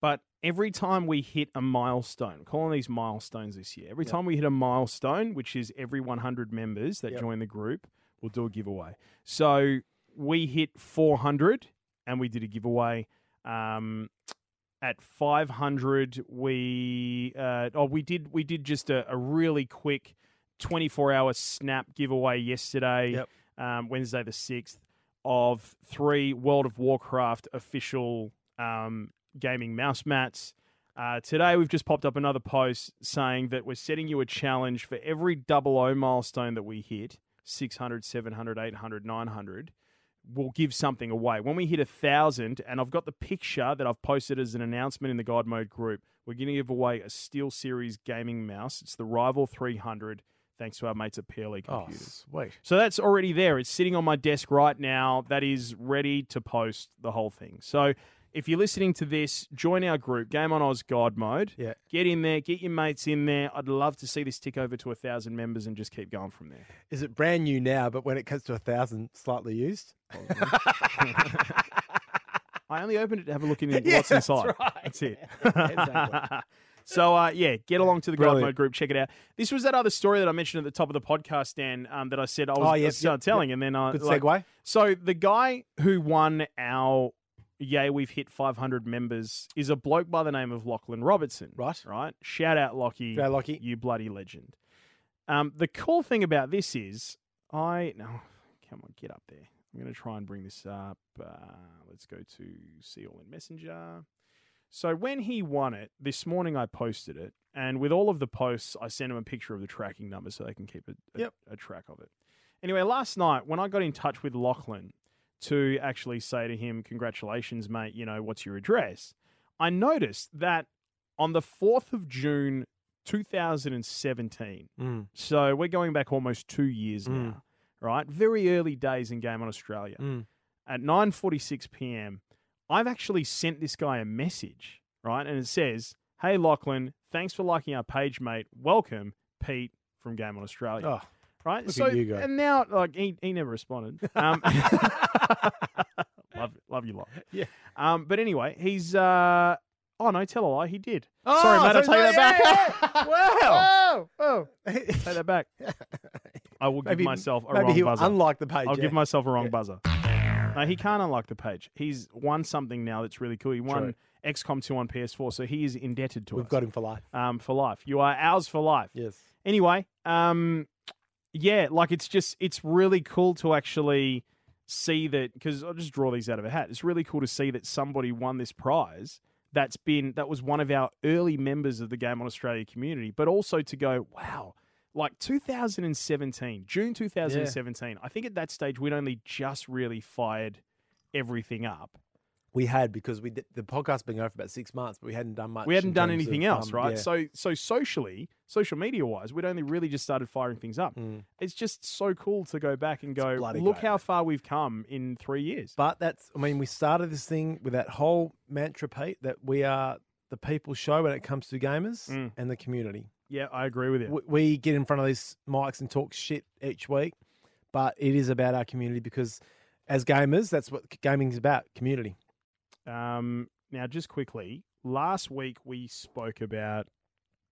A: But every time we hit a milestone, calling these milestones this year, every time we hit a milestone, which is every 100 members that
B: Yep.
A: join the group, we'll do a giveaway. So we hit 400 and we did a giveaway. Um, at 500 we uh, oh we did we did just a, a really quick 24 hour snap giveaway yesterday
B: Yep.
A: um, wednesday the 6th of three world of warcraft official um, gaming mouse mats uh, today we've just popped up another post saying that we're setting you a challenge for every double o milestone that we hit 600 700 800 900 will give something away. When we hit a thousand, and I've got the picture that I've posted as an announcement in the God Mode group, we're going to give away a Steel Series gaming mouse. It's the Rival 300, thanks to our mates at PLE
B: Oh,
A: Computers.
B: sweet.
A: So that's already there. It's sitting on my desk right now. That is ready to post the whole thing. So if you're listening to this, join our group, Game on Oz God Mode.
B: Yeah.
A: Get in there, get your mates in there. I'd love to see this tick over to a thousand members and just keep going from there.
B: Is it brand new now, but when it comes to a thousand, slightly used?
A: I only opened it to have a look in
B: Yeah,
A: what's inside.
B: that's right.
A: That's it.
B: Exactly.
A: so uh, yeah, get along to the God
B: Brilliant.
A: Mode group. Check it out. This was that other story that I mentioned at the top of the podcast, Dan, um, that I said I was,
B: Oh,
A: I
B: yes,
A: was, uh,
B: yep,
A: telling, and then I
B: Good
A: like,
B: segue.
A: So the guy who won our yay, we've hit 500 members is a bloke by the name of Lachlan Robertson.
B: Right.
A: Right. Shout out, Lockie.
B: Go, Lockie.
A: You bloody legend. Um, the cool thing about this is, I no, come on, get up there. I'm going to try and bring this up. Uh, let's go to see all in Messenger. So when he won it this morning, I posted it, and with all of the posts, I sent him a picture of the tracking number so they can keep a, a,
B: Yep.
A: a track of it. Anyway, last night when I got in touch with Lachlan to actually say to him, "Congratulations, mate! You know what's your address?" I noticed that on the fourth of June, two thousand and seventeen.
B: Mm,
A: So we're going back almost two years
B: Mm.
A: now, right? Very early days in Game on Australia.
B: Mm.
A: At 9.46 p.m., I've actually sent this guy a message, right? And it says, hey, Lachlan, thanks for liking our page, mate. Welcome, Pete from Game on Australia.
B: Oh,
A: right?
B: look
A: so,
B: at you go.
A: And now, like, he, he never responded. Um, love, love you, lot.
B: Yeah.
A: Um, but anyway, he's... Uh, oh, no, tell a lie. He did. Sorry,
B: Oh,
A: mate, I'll take that back.
B: Wow.
A: Oh, oh. Take that back. I will give
B: Maybe-
A: myself a
B: Maybe
A: wrong
B: he'll
A: buzzer.
B: unlike the page.
A: I'll give
B: yeah.
A: myself a wrong
B: Yeah.
A: buzzer. No, he can't unlock the page. He's won something now that's really cool. He won XCOM 2 on PS4, so he is indebted to
B: We've
A: us
B: got him for life.
A: um, for life. You are ours for life.
B: Yes.
A: Anyway, um, yeah, like it's just, it's really cool to actually see that, because I'll just draw these out of a hat. It's really cool to see that somebody won this prize. That's been, that was one of our early members of the Game on Australia community, but also to go, wow, like 2017, June 2017, I think at that stage we'd only just really fired everything up.
B: We had because we did, the podcast been going for about six months, but we hadn't done much.
A: we hadn't
B: in
A: done
B: terms
A: anything
B: of,
A: else,
B: um,
A: right?
B: yeah.
A: So, so socially, social media wise, we'd only really just started firing things up.
B: Mm.
A: It's just so cool to go back and go,
B: bloody
A: look
B: great,
A: how
B: mate."
A: far we've come in three years.
B: But that's, I mean, we started this thing with that whole mantra, Pete, that we are the people show when it comes to gamers
A: Mm.
B: and the community.
A: Yeah, I agree with you.
B: We, we get in front of these mics and talk shit each week, but it is about our community because as gamers, that's what gaming's about community.
A: Um, now, just quickly, last week we spoke about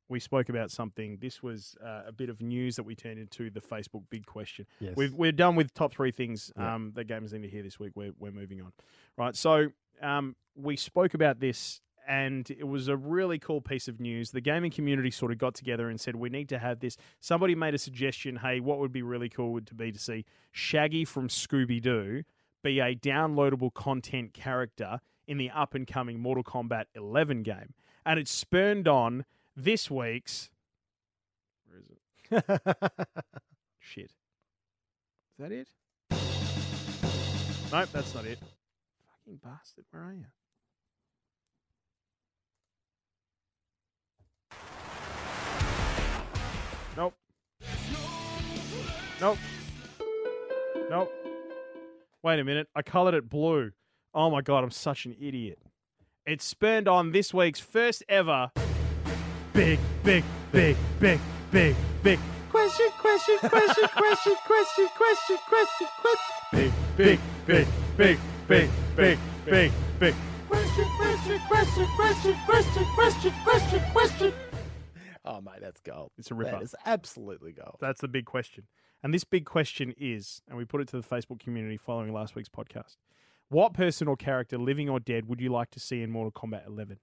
A: we spoke about something. This was uh, a bit of news that we turned into the Facebook big question.
B: Yes.
A: We've, we're done with top three things
B: Yeah.
A: um, that gamers need to hear this week. We're, we're moving on. Right. So um, we spoke about this, and it was a really cool piece of news. The gaming community sort of got together and said, we need to have this. Somebody made a suggestion hey, what would be really cool would to be to see Shaggy from Scooby Doo be a downloadable content character in the up and coming Mortal Kombat 11 game. And it spurned on this week's. Where is it? Shit. Is that it? Nope, that's not it. Fucking bastard, where are you? Nope. Nope. Nope. Wait a minute, I coloured it blue. Oh my god, I'm such an idiot. It spurned on this week's first ever big, big, big, big, big, big question, question, question, question, question, question, question, question. Big, big, big, big, big, big, big, big. Question, question, question, question, question, question, question, question.
B: oh, mate, that's gold.
A: It's a ripper.
B: That is absolutely gold.
A: That's the big question. And this big question is, and we put it to the Facebook community following last week's podcast. What person or character, living or dead, would you like to see in Mortal Kombat 11?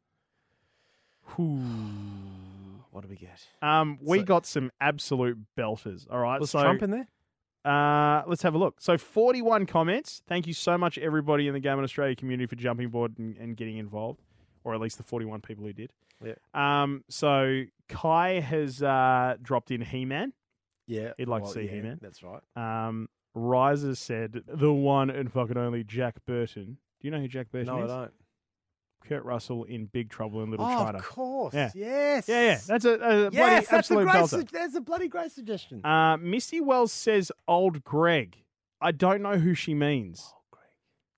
B: What do we get?
A: Um, we
B: So-
A: got some absolute belters. All right,
B: Was
A: so
B: Trump in there?
A: uh, let's have a look. So 41 comments. Thank you so much, everybody in the Game in Australia community, for jumping board and, and getting involved, or at least the 41 people who did.
B: Yeah.
A: Um, so Kai has uh, dropped in He Man.
B: Yeah.
A: He'd like to see
B: yeah,
A: him in.
B: That's right.
A: Um, Riser said the one and fucking only Jack Burton. Do you know who Jack Burton
B: No, I
A: is?
B: don't.
A: Kurt Russell in Big Trouble in Little
B: oh,
A: China.
B: of course.
A: Yeah.
B: Yes.
A: Yeah, yeah, that's a, a bloody
B: yes, that's a
A: absolute
B: great.
A: belter.
B: Su- that's a bloody great suggestion.
A: Uh, Missy Wells says old Greg. I don't know who she means.
B: oh, Greg.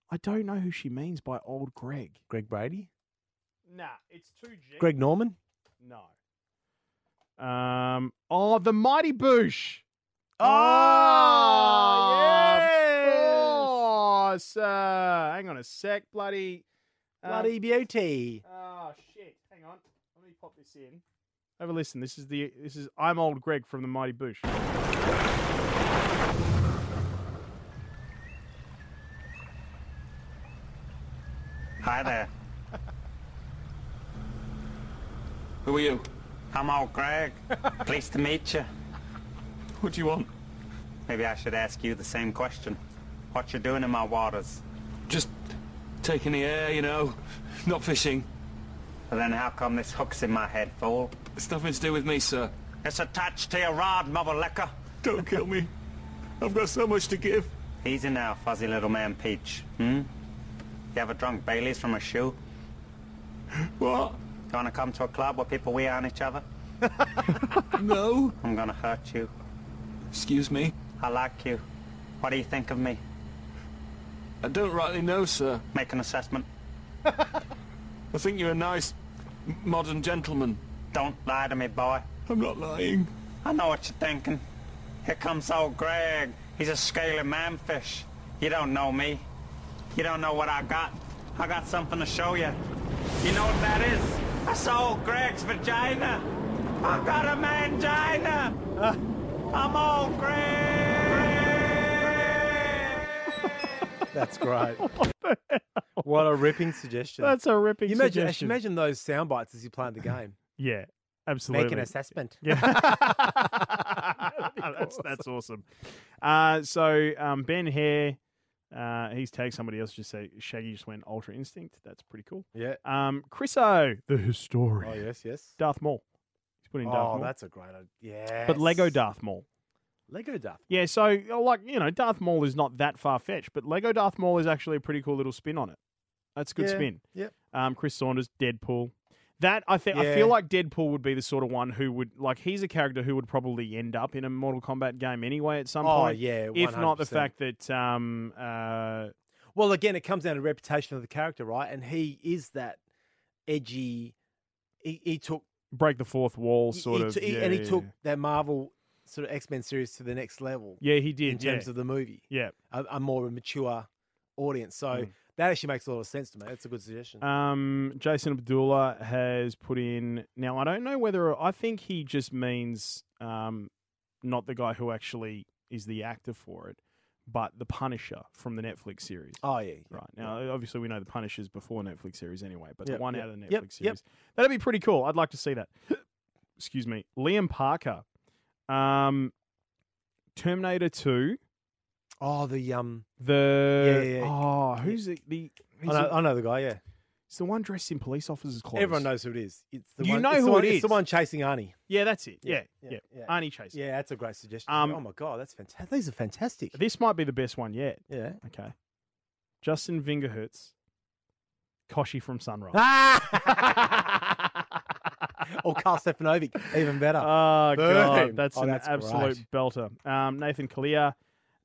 A: I don't know who she means by old Greg.
B: Greg Brady.
A: Nah, it's 2G.
B: Greg Norman.
A: No. Um, oh, the Mighty Boosh. Ah, Of course. Uh, hang on a sec, bloody. um,
B: Bloody beauty.
A: Oh shit! Hang on, let me pop this in. Have a listen. This is the this is I'm old Greg from the Mighty Bush.
D: Hi there.
E: Who are you?
D: I'm old Greg. Pleased to meet you.
E: What do you want?
D: Maybe I should ask you the same question. What you doing in my waters?
E: Just taking the air, you know. Not fishing.
D: Well, then how come this hook's in my head, fool?
E: It's nothing to do with me, sir.
D: It's attached to your rod, mother lecker.
E: Don't kill me. I've got so much to give.
D: Easy now, fuzzy little man Peach. Hmm? You ever drunk Bailey's from a shoe?
E: What?
D: You wanna come to a club where people wee on each other?
E: No.
D: I'm gonna hurt you.
E: Excuse me.
D: I like you. What do you think of me?
E: I don't rightly know, sir.
D: Make an assessment.
E: I think you're a nice, m- modern gentleman.
D: Don't lie to me, boy.
E: I'm not lying.
D: I know what you're thinking. Here comes old Greg. He's a scaly manfish. You don't know me. You don't know what I got. I got something to show you. You know what that is? I saw old Greg's vagina. I got a mangina. I'm old Greg.
B: That's great. what a ripping suggestion.
A: That's a ripping
B: you imagine,
A: suggestion.
B: imagine those sound bites as you're playing the game.
A: yeah, absolutely.
B: Make an assessment.
A: Yeah. that's, that's awesome. Uh, so um, Ben Hare, uh, he's tagged somebody else. Just say Shaggy just went Ultra Instinct. That's pretty cool.
B: Yeah.
A: Um, Chris O, the historian,
B: Oh yes, yes.
A: Darth Maul. He's put in Darth
B: Oh,
A: Maul,
B: that's a great. Yeah.
A: but Lego Darth Maul.
B: Lego Duff.
A: Yeah, so uh, like you know, Darth Maul is not that far fetched, but Lego Darth Maul is actually a pretty cool little spin on it. That's a good
B: Yeah,
A: spin.
B: yep.
A: Um, Chris Saunders, Deadpool. That I think I
B: Yeah.
A: feel like Deadpool would be the sort of one who would like he's a character who would probably end up in a Mortal Kombat game anyway at some
B: Oh
A: point.
B: yeah.
A: If not the
B: 100%.
A: fact that um uh
B: Well, again, it comes down to reputation of the character, right? And he is that edgy. He, he took
A: break the fourth wall
B: he-
A: sort
B: he
A: of
B: t- he-
A: yeah,
B: and he
A: yeah,
B: took that Marvel sort of X Men series to the next level
A: yeah. Yeah, he did
B: in terms
A: yeah.
B: of the movie.
A: yeah.
B: a, a more mature audience. So that actually makes a lot of sense to me. That's a good suggestion.
A: Mm. Um, Jason Abdullah has put in. Now I don't know whether I think he just means um, not the guy who actually is the actor for it, but the Punisher from the Netflix series.
B: oh yeah, yeah.
A: Right now, obviously we know the Punisher's before Netflix series anyway, but
B: Yep,
A: the one
B: yep,
A: out of the Netflix
B: yep,
A: series
B: yep.
A: that'd be pretty cool. I'd like to see that. Excuse me, Liam Parker, um, Terminator Two,
B: Oh the um,
A: the
B: Yeah, yeah, yeah.
A: oh who's the the
B: I
A: he's,
B: know,
A: the-
B: I know the guy. Yeah,
A: it's the one dressed in police officer's clothes.
B: everyone knows who it is. It's the
A: You
B: one,
A: know
B: it's the
A: who
B: one-
A: it
B: It's the
A: is.
B: one chasing Arnie.
A: Yeah, that's it. Yeah, yeah.
B: Yeah, yeah, yeah.
A: Arnie Chase.
B: Yeah, that's a great suggestion.
A: Um,
B: oh my god, that's fantastic. These are fantastic.
A: This might be the best one yet.
B: Yeah.
A: Okay. Justin Vingerhertz, Koshi from Sunrise.
B: or Carl Stefanovic, even better.
A: Oh, God.
B: Boom.
A: That's
B: Oh,
A: an
B: that's
A: absolute
B: great.
A: belter. Um, Nathan Kalia.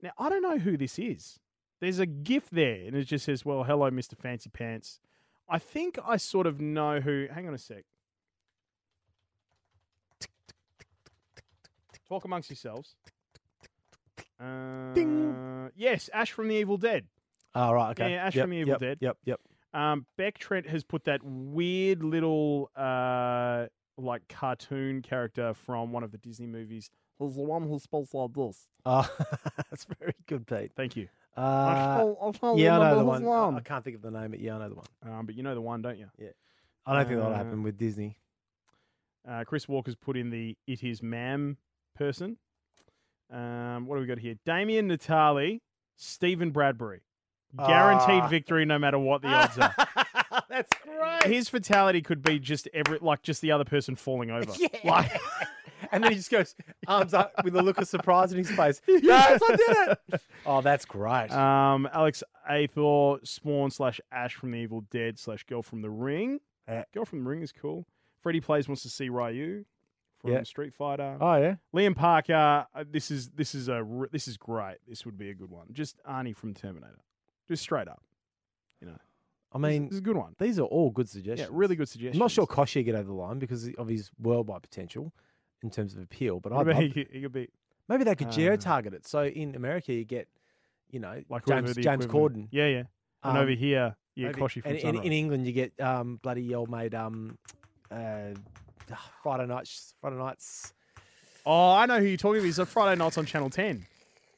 A: Now, I don't know who this is. There's a GIF there, and it just says, well, hello, Mr. Fancy Pants. I think I sort of know who. Hang on a sec. Talk amongst yourselves. Uh, Yes, Ash from the Evil Dead.
B: oh, right, okay.
A: yeah, Ash
B: yep,
A: from Evil
B: yep,
A: Dead.
B: Yep, yep.
A: Um, Beck Trent has put that weird little uh, like cartoon character from one of the Disney movies. He's the one who spells like this.
B: Oh, that's very good, Pete.
A: Thank you.
B: Uh, yeah, I know the one. I- I can't think of the name, but yeah, I know the one.
A: Um, but you know the one, don't you?
B: I don't think that'll
A: Uh,
B: happen with Disney.
A: Uh, Chris Walker's put in the it is ma'am person. Um, what do we got here? Damien Natali, Stephen Bradbury. Guaranteed
B: Ah.
A: victory no matter what the odds are.
B: that's great.
A: His fatality could be just every like just the other person falling over.
B: Yeah.
A: Like
B: and then he just goes arms up with a look of surprise in his face. Yes, I did it. Oh, that's great.
A: Um, Alex Athor, Spawn slash Ash from the Evil Dead slash Girl from the Ring.
B: Yeah.
A: Girl from the Ring is cool. Freddie Plays wants to see Ryu from
B: Yeah.
A: Street Fighter.
B: oh yeah.
A: Liam Parker, uh, this is this is a re- this is great. This would be a good one. Just Arnie from Terminator, just straight up.
B: I
A: This is-
B: mean,
A: this is a good one.
B: these are all good
A: Yeah,
B: suggestions.
A: really good suggestion.
B: I'm not sure Koshi get over the line because of his worldwide potential in terms of appeal, but I
A: Maybe he,
B: maybe,
A: could- he could be
B: maybe they could
A: Uh,
B: geo target it. So in America, you get, you know,
A: like whoever
B: James
A: the
B: James
A: equivalent-
B: Corden.
A: Yeah, yeah. And
B: Um,
A: over here, yeah,
B: Maybe.
A: Koshi from
B: and, in,
A: Sunrise.
B: in England, you get um, bloody old mate um, uh, Friday nights. Friday nights.
A: oh, I know who you're talking about. He's on Friday nights on Channel Ten.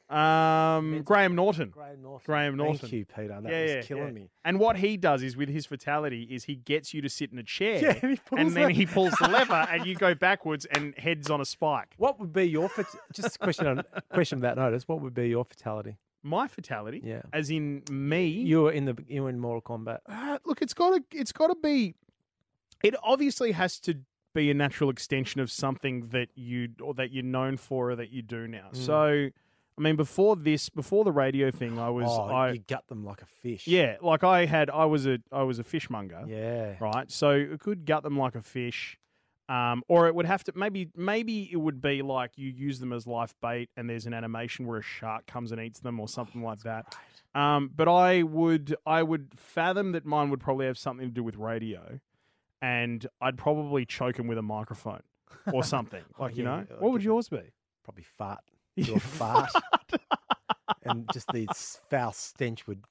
A: Um, Graham Norton.
B: Graham Norton.
A: Graham Norton.
B: Thank you, Peter. That was killing me.
A: And what he does is with his fatality is he gets you to sit in a chair
B: Yeah, and he
A: and
B: pulls
A: then
B: it.
A: he pulls the lever and you go backwards and heads on a spike.
B: What would be your fat- just a question on question of that notice? What would be your fatality?
A: My fatality,
B: Yeah.
A: as in me.
B: You were in the you were in Mortal Kombat.
A: Uh, look, it's got to it's got to be It obviously has to be a natural extension of something that you or that you're known for or that you do now.
B: Mm.
A: So, I mean, before this, before the radio thing, I was
B: oh,
A: I
B: you gut them like a fish.
A: yeah, like I had I was a I was a fishmonger.
B: Yeah.
A: right? So it could gut them like a fish, um, or it would have to maybe maybe it would be like you use them as life bait, and there's an animation where a shark comes and eats
B: Oh,
A: them or something like that. Um, but I would I would fathom that mine would probably have something to do with radio, and I'd probably choke him with a microphone or something. like you
B: Oh, yeah,
A: know,
B: yeah, I
A: what would
B: get
A: yours be?
B: Probably fart. Do a fart. and just the s- foul stench would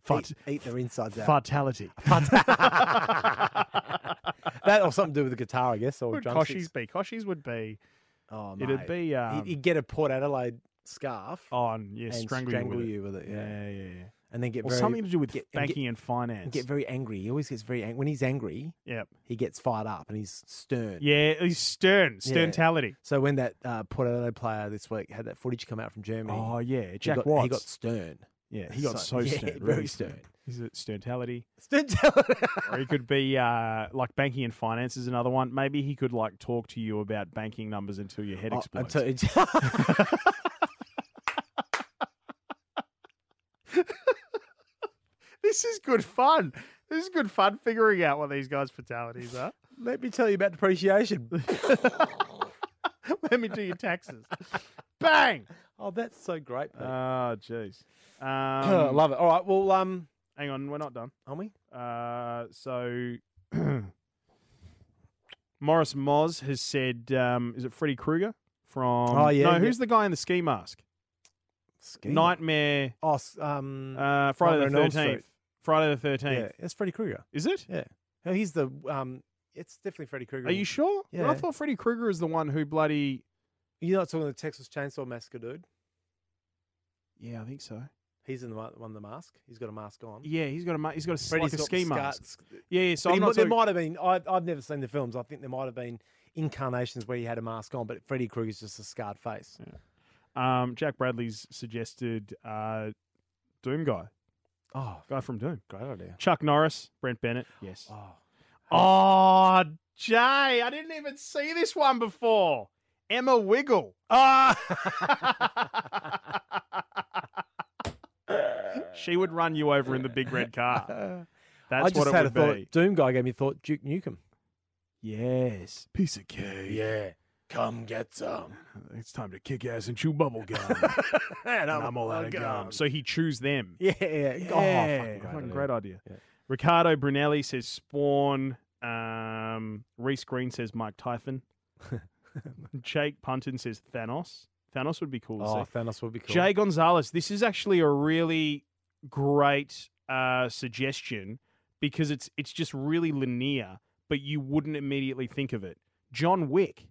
A: Fart-
B: eat, eat their insides out.
A: Fatality.
B: That or something to do with the guitar, I guess, or
A: Would Koshi's
B: drumsticks.
A: be? Koshi's would be
B: Oh, mate.
A: it'd be um,
B: You'd- You'd get a Port Adelaide scarf
A: on yeah,
B: and
A: strangle,
B: strangle,
A: you. With it.
B: you with it. Yeah.
A: Yeah, yeah, yeah.
B: And then get
A: Or
B: very,
A: something to do with
B: get- and get-
A: banking and, finance.
B: get very angry. He always gets very angry. When he's angry,
A: Yep.
B: he gets fired up and he's stern.
A: Yeah, he's stern,
B: Yeah.
A: sterntality.
B: So when that uh, Port Adelaide player this week had that footage come out from Germany,
A: Oh yeah, Jack
B: he got,
A: Watts.
B: He got stern.
A: yeah, he got so,
B: so- yeah,
A: stern,
B: very
A: really
B: stern.
A: He's a sterntality.
B: Stern.
A: or he could be uh, like banking and finance is another one. Maybe he could like talk to you about banking numbers until your head
B: Oh, I'm
A: explodes.
B: sorry.
A: this is good fun. This is good fun figuring out what these guys' fatalities are.
B: Let me tell you about depreciation.
A: Let me do your taxes. Bang!
B: oh, that's so great.
A: Oh,
B: Mate.
A: jeez.
B: I
A: Um,
B: love it. All right. Well, um,
A: hang on, we're not done.
B: are we?
A: Uh, so Morris Moz has said, um, is it Freddy Krueger from?
B: Oh, yeah,
A: No,
B: yeah.
A: who's the guy in the ski mask?
B: Scheme.
A: Nightmare.
B: Oh, s- um,
A: Uh, Friday
B: Nightmare on
A: the
B: Elm
A: thirteenth.
B: Street.
A: Friday the thirteenth.
B: yeah, that's Freddy Krueger.
A: Is it?
B: Yeah. No, he's the um. It's definitely Freddy Krueger.
A: Are you sure? Well, I
B: Yeah.
A: thought Freddy Krueger is the one who bloody.
B: You're not talking the Texas Chainsaw Massacre dude.
A: Yeah, I think so.
B: He's in the one one with the mask. He's got a mask on.
A: Yeah, he's got a ma- he's got a, s-
B: Freddy's
A: like a
B: got
A: ski
B: the scar-
A: mask.
B: sc-
A: Yeah, yeah. So
B: but
A: I'm
B: he
A: not
B: mi- there
A: talking-
B: might have been. I, I've never seen the films. I think there might have been incarnations where he had a mask on, but Freddy Krueger's just a scarred face.
A: um, Jack Bradley's suggested uh, Doom guy,
B: Oh,
A: guy from Doom.
B: great idea.
A: Chuck Norris, Brent Bennett. Yes.
B: Oh,
A: Oh, Jay, I didn't even see this one before. Emma Wiggle. Ah! she would run you over in the big red car. That's
B: I just
A: what it
B: had
A: would
B: a thought.
A: be.
B: Doom guy gave me a thought. Duke Nukem.
A: Yes. Piece of cake.
B: Yeah, come get some.
A: It's time to kick ass and chew bubble gum. and I'm, all out of gum. So he chews them.
B: Yeah, yeah, yeah.
A: Yeah,
B: Oh, fucking great.
A: fucking
B: idea.
A: great idea.
B: Yeah.
A: Ricardo Brunelli says Spawn. Um, Reese Green says Mike Typhon. Jake Punton says Thanos. Thanos would be cool. To see.
B: Oh, Thanos would be cool.
A: Jay Gonzalez, this is actually a really great uh, suggestion because it's it's just really linear, but you wouldn't immediately think of it. John Wick.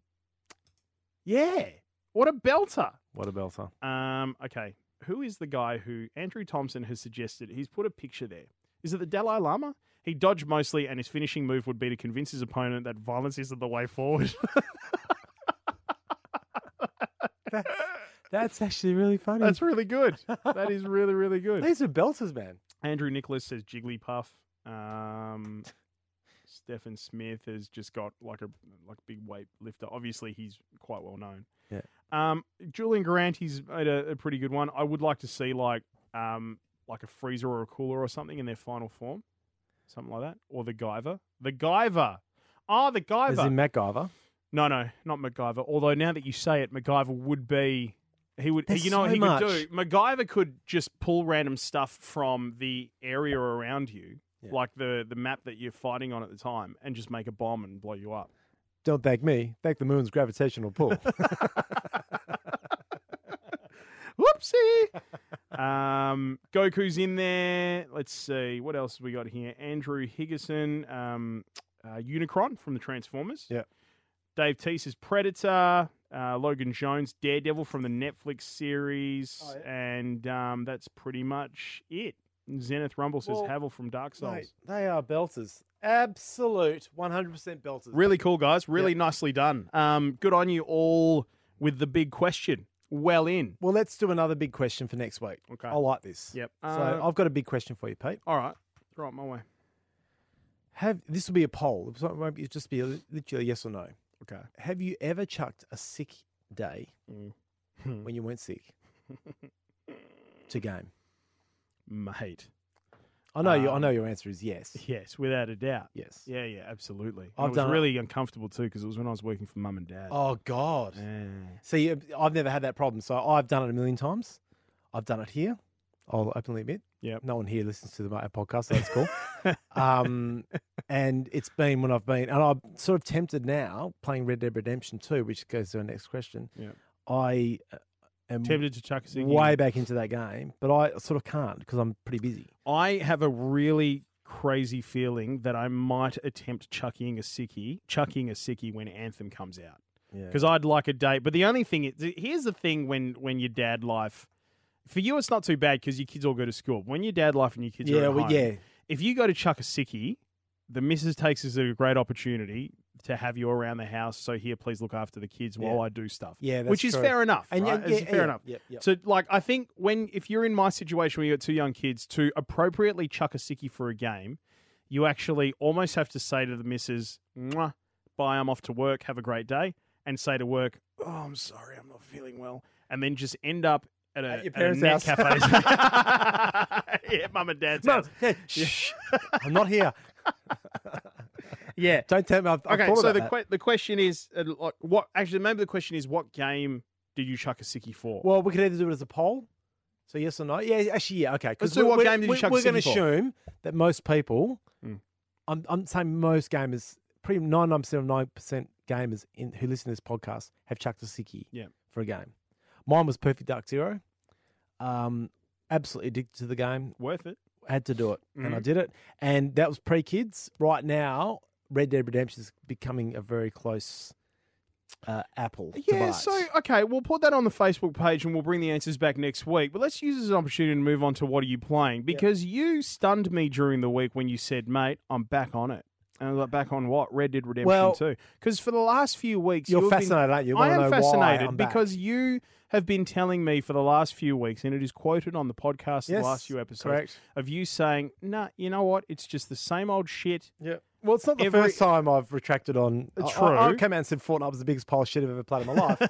A: Yeah, what a belter!
B: What a belter.
A: Um, okay, who is the guy who Andrew Thompson has suggested? He's put a picture there. Is it the Dalai Lama? He dodged mostly, and his finishing move would be to convince his opponent that violence isn't the way forward.
B: That's, that's actually really funny.
A: That's really good. That is really really good.
B: These are belters, man.
A: Andrew Nicholas says Jigglypuff. Um, Stephen Smith has just got like a like a big weight lifter. Obviously, he's quite well known.
B: Yeah.
A: Um, Julian Grant, he's made a, a pretty good one. I would like to see like um like a freezer or a cooler or something in their final form, something like that, or the Guyver. The Guyver. Ah, the
B: As
A: Guyver.
B: in MacGyver.
A: no, no, not MacGyver. Although now that you say it, MacGyver would be. He would,
B: There's
A: you know, what
B: so
A: he
B: much.
A: could do. MacGyver could just pull random stuff from the area around you,
B: Yeah.
A: like the the map that you're fighting on at the time, and just make a bomb and blow you up.
B: Don't thank me. Thank the moon's gravitational pull.
A: Whoopsie! um, Goku's in there. Let's see what else we got here. Andrew Higginson, um, uh, Unicron from the Transformers.
B: Yep.
A: Dave Teese is Predator. Uh, Logan Jones, Daredevil from the Netflix series,
B: Oh,
A: and um, that's pretty much it. Zenith Rumble says
B: Well,
A: Havel from Dark Souls.
B: Mate, they are belters. Absolute 100% belters.
A: Really cool, guys. Really nicely done. Um, good on you all with the big question. Well in.
B: Well, let's do another big question for next week.
A: Okay.
B: I like this.
A: Yep.
B: So
A: Uh,
B: I've got a big question for you, Pete.
A: All right. Throw it my way.
B: Have this will be a poll. It's not- It won't be, it'll just be a- literally a yes or no.
A: Okay.
B: Have you ever chucked a sick day when you weren't sick to game?
A: Mate.
B: I know you. I know your answer is yes.
A: Yes, without a doubt.
B: Yes.
A: Yeah, yeah, absolutely. i
B: I've
A: it was
B: done it.
A: really uncomfortable too because it was when I was working for mum and dad.
B: Oh God.
A: Yeah.
B: See, I've never had that problem. So I've done it a million times. I've done it here. I'll openly admit.
A: Yep.
B: No one here listens to the my podcast, so that's cool. um, and it's been when I've been, and I'm sort of tempted now playing Red Dead Redemption 2, which goes to our next question.
A: Yep.
B: I uh, am
A: Tempted to chuck a cig in.
B: way back into that game, but I sort of can't because I'm pretty busy.
A: I have a really crazy feeling that I might attempt chucking a sickie, chucking a sickie when Anthem comes out.
B: Yeah.
A: Because I'd like a date. But the only thing is, here's the thing when, when your dad life, for you, it's not too bad because your kids all go to school. When your dad life and your kids are
B: yeah,
A: at
B: well,
A: home,
B: yeah,
A: if you go to chuck a sickie, the missus takes this as a great opportunity to have you around the house. So here, please look after the kids while
B: Yeah.
A: I do stuff.
B: Yeah, that's
A: which is
B: true.
A: fair enough.
B: And
A: right?
B: yeah, yeah,
A: It's fair
B: yeah,
A: enough.
B: yep, yep.
A: So, like, I think when if you're in my situation where you got two young kids, to appropriately chuck a sickie for a game, you actually almost have to say to the missus, Mwah, "Bye, I'm off to work. Have a great day," and say to work, "Oh, I'm sorry, I'm not feeling well," and then just end up. At a,
B: At your
A: at a
B: parents'
A: net
B: house.
A: cafe. yeah, mum and dad's house.
B: Dad, shh, I'm not here. yeah, don't tell me. I've, I've
A: Okay,
B: thought
A: so
B: about
A: the
B: that.
A: que- the question is uh, like what actually maybe the question is what game did you chuck a sickie for?
B: Well, we could either do it as a poll. So yes or no? Yeah, actually, yeah, okay. 'cause
A: Let's do
B: we're-
A: what
B: we're-
A: game did you
B: we're-
A: chuck
B: We're going to
A: City for?
B: assume that most people,
A: Mm.
B: I'm, I'm saying most gamers, pretty ninety nine percent of nine percent gamers in, who listen to this podcast have chucked a sickie
A: Yeah.
B: for a game. Mine was Perfect Dark Zero. Um, absolutely addicted to the game.
A: Worth it.
B: Had to do it,
A: Hmm.
B: and I did it. And that was pre kids. Right now, Red Dead Redemption is becoming a very close uh, apple.
A: Yeah,
B: device.
A: so okay, we'll put that on the Facebook page and we'll bring the answers back next week. But let's use this as an opportunity to move on to what are you playing? Because you stunned me during the week when you said, "Mate, I'm back on it." And I was like, "Back on what? Red Dead Redemption
B: Well-
A: 2." Because for the last few weeks,
B: You're
A: you've been-
B: fascinated, aren't you? You
A: I
B: wanna
A: am
B: know why
A: fascinated
B: I'm back.
A: because you have been telling me for the last few weeks, and it is quoted on the podcast the
B: Yes,
A: last few episodes
B: correct.
A: of you saying, "Nah, you know what? It's just the same old shit."
B: Yeah. Well, it's not the
A: Every-
B: first time I've retracted on. I- I, I
A: True.
B: came out and said Fortnite was the biggest pile of shit I've ever played in my life,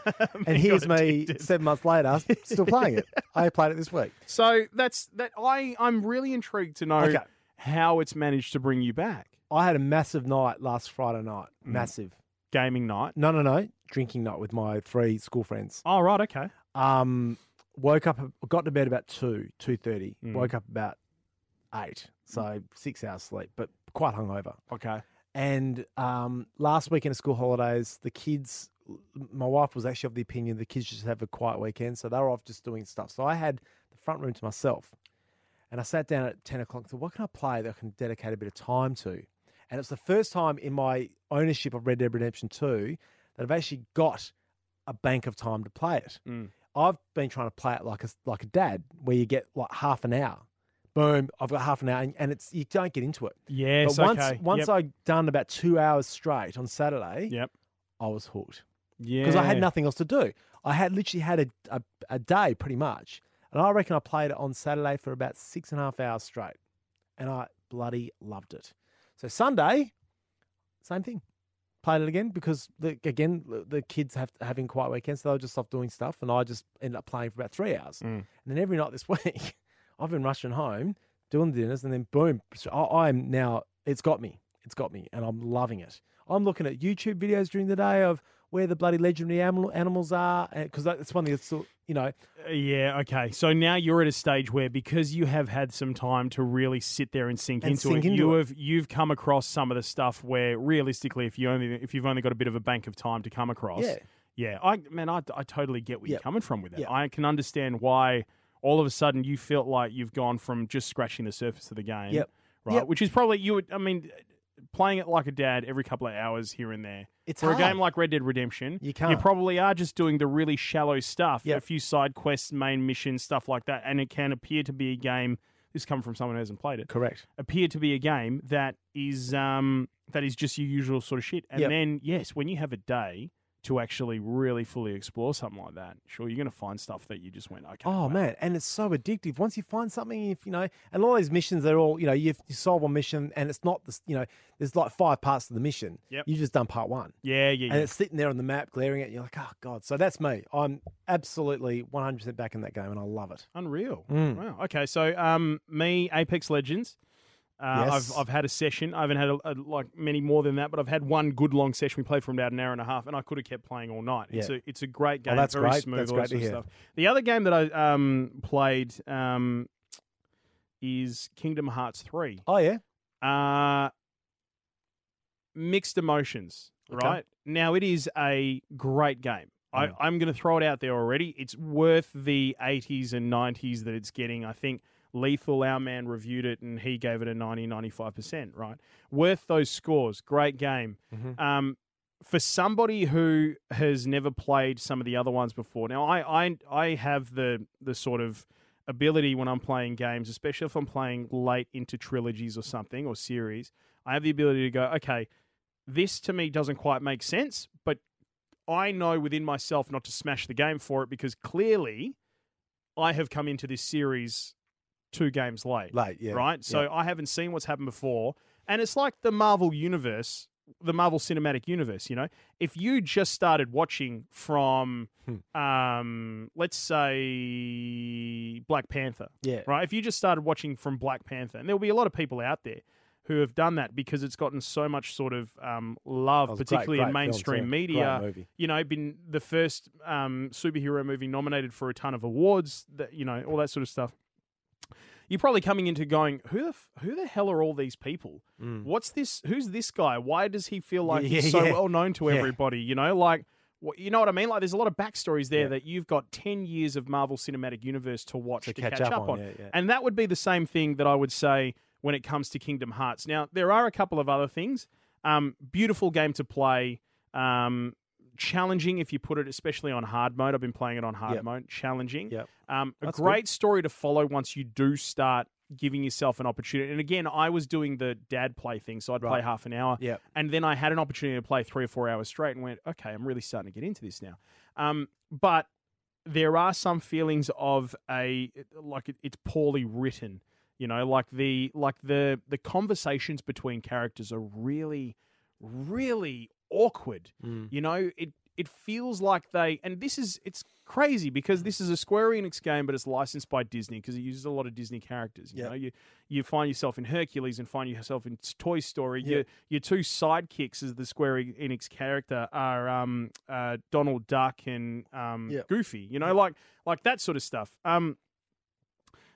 B: and
A: you
B: here's
A: got
B: me
A: addicted.
B: seven months later still playing it. I played it this week.
A: So that's that. I I'm really intrigued to know
B: Okay.
A: how it's managed to bring you back.
B: I had a massive night last Friday night.
A: Mm.
B: Massive.
A: Gaming night.
B: No, no, no. Drinking night with my three school friends.
A: Oh right, okay.
B: Um, woke up, got to bed about two, two thirty.
A: Mm.
B: Woke up about eight, so six hours sleep, but quite hungover.
A: Okay.
B: And um, last weekend of school holidays, the kids, my wife was actually of the opinion the kids just have a quiet weekend. So they were off just doing stuff. So I had the front room to myself. And I sat down at 10 o'clock and said, What can I play that I can dedicate a bit of time to? And it's the first time in my ownership of Red Dead Redemption 2 that I've actually got a bank of time to play it.
A: Mm.
B: I've been trying to play it like a, like a dad, where you get like half an hour. Boom, I've got half an hour, and, and it's you don't get into it.
A: Yes.
B: But once
A: okay.
B: once
A: yep.
B: I'd done about two hours straight on Saturday,
A: Yep.
B: I was hooked
A: Yeah.
B: because I had nothing else to do. I had literally had a, a, a day pretty much, and I reckon I played it on Saturday for about six and a half hours straight, and I bloody loved it. So Sunday, same thing, played it again because the, again the- the kids have having quiet weekends, so they were just off doing stuff, and I just ended up playing for about three hours,
A: Mm.
B: and then every night this week, I've been rushing home doing the dinners, and then boom, so I, I'm now it's got me, it's got me, and I'm loving it. I'm looking at YouTube videos during the day of where the bloody legendary animal, animals are, because that's one thing that's still, you know,
A: Uh, Yeah. Okay. So now you're at a stage where because you have had some time to really sit there and sink
B: And
A: into
B: sink
A: it,
B: into
A: you
B: it.
A: have you've come across some of the stuff where realistically, if you only if you've only got a bit of a bank of time to come across,
B: Yeah.
A: yeah. I man, I, I totally get where
B: Yeah.
A: you're coming from with that.
B: Yeah.
A: I can understand why all of a sudden you felt like you've gone from just scratching the surface of the game,
B: Yep.
A: right?
B: Yep.
A: Which is probably you would. I mean, playing it like a dad every couple of hours here and there.
B: It's
A: for a
B: hard.
A: game like Red Dead Redemption,
B: You can't.
A: probably are just doing the really shallow stuff,
B: Yep.
A: a few side quests, main missions, stuff like that, and it can appear to be a game. This comes from someone who hasn't played it.
B: correct.
A: Appear to be a game that is um that is just your usual sort of shit. And
B: Yep.
A: then yes, when you have a day to actually really fully explore something like that. Sure, you're going to find stuff that you just went, okay.
B: Oh
A: wow.
B: man, and it's so addictive. Once you find something, if you know, and all these missions, they're all you know. You, you solve one mission, and it's not this. You know, there's like five parts of the mission.
A: Yep.
B: You just done part one,
A: Yeah, yeah,
B: and
A: yeah.
B: it's sitting there on the map, glaring at you. You're like, oh god. So that's me. I'm absolutely 100 percent back in that game, and I love it.
A: Unreal.
B: Mm.
A: Wow. Okay, so um, me, Apex Legends. Uh,
B: Yes.
A: I've I've had a session. I haven't had a, a, like many more than that, but I've had one good long session. We played for about an hour and a half, and I could have kept playing all night. It's
B: Yeah.
A: a it's a great game.
B: that's
A: very
B: great.
A: smooth.
B: That's
A: all
B: great
A: that sort
B: to
A: of
B: hear.
A: Stuff. The other game that I um played um is Kingdom Hearts three.
B: Oh yeah,
A: Uh mixed emotions,
B: Okay.
A: right? Now it is a great game. I, I'm going to throw it out there already. It's worth the 80s and 90s that it's getting. I think Lethal Our Man reviewed it and he gave it a 90, 95%, right? Worth those scores. Great game. Um, for somebody who has never played some of the other ones before, now I, I, I have the, the sort of ability when I'm playing games, especially if I'm playing late into trilogies or something or series, I have the ability to go, okay, this to me doesn't quite make sense, but I know within myself not to smash the game for it because clearly I have come into this series two games late.
B: late. Yeah,
A: Right? So I haven't seen what's happened before. And it's like the Marvel universe, the Marvel cinematic universe, you know? If you just started watching from,
B: Hmm.
A: um, let's say, Black Panther,
B: yeah,
A: right? If you just started watching from Black Panther, and there'll be a lot of people out there who have done that because it's gotten so much sort of um, love,
B: That was Oh, a great-
A: particularly in
B: great film,
A: mainstream
B: too. Great
A: media.
B: movie.
A: You know, been the first um, superhero movie nominated for a ton of awards. That you know, all that sort of stuff. You're probably coming into going, who the f- who the hell are all these people? What's this? Who's this guy? Why does he feel like
B: Mm. Yeah,
A: he's so
B: yeah.
A: well known to
B: Yeah.
A: everybody? You know, like. wh- You know what I mean? Like, there's a lot of backstories there that you've got 10 years of Marvel Cinematic Universe to watch to, catch, up, on.
B: yeah, yeah.
A: And that would be the same thing that I would say when it comes to Kingdom Hearts. Now, there are a couple of other things. Um, beautiful game to play. Um, challenging if you put it, especially on hard mode. I've been playing it on hard
B: Yep.
A: mode. Challenging.
B: Yep.
A: Um, a
B: That's good.
A: great story to follow once you do start giving yourself an opportunity. And again, I was doing the dad play thing, so I'd play
B: Right.
A: half an hour.
B: Yep.
A: And then I had an opportunity to play three or four hours straight and went, okay, I'm really starting to get into this now. Um, but there are some feelings of a like it, it's poorly written you know like the like the the conversations between characters are really really awkward
B: Mm.
A: you know it it feels like they and this is it's crazy because
B: Mm.
A: this is a Square Enix game but it's licensed by Disney because it uses a lot of Disney characters you
B: Yep.
A: know you you find yourself in Hercules and find yourself in Toy Story
B: Yeah.
A: your your two sidekicks as the Square E-, Enix character are um uh Donald Duck and um
B: Yep.
A: Goofy you know like like that sort of stuff um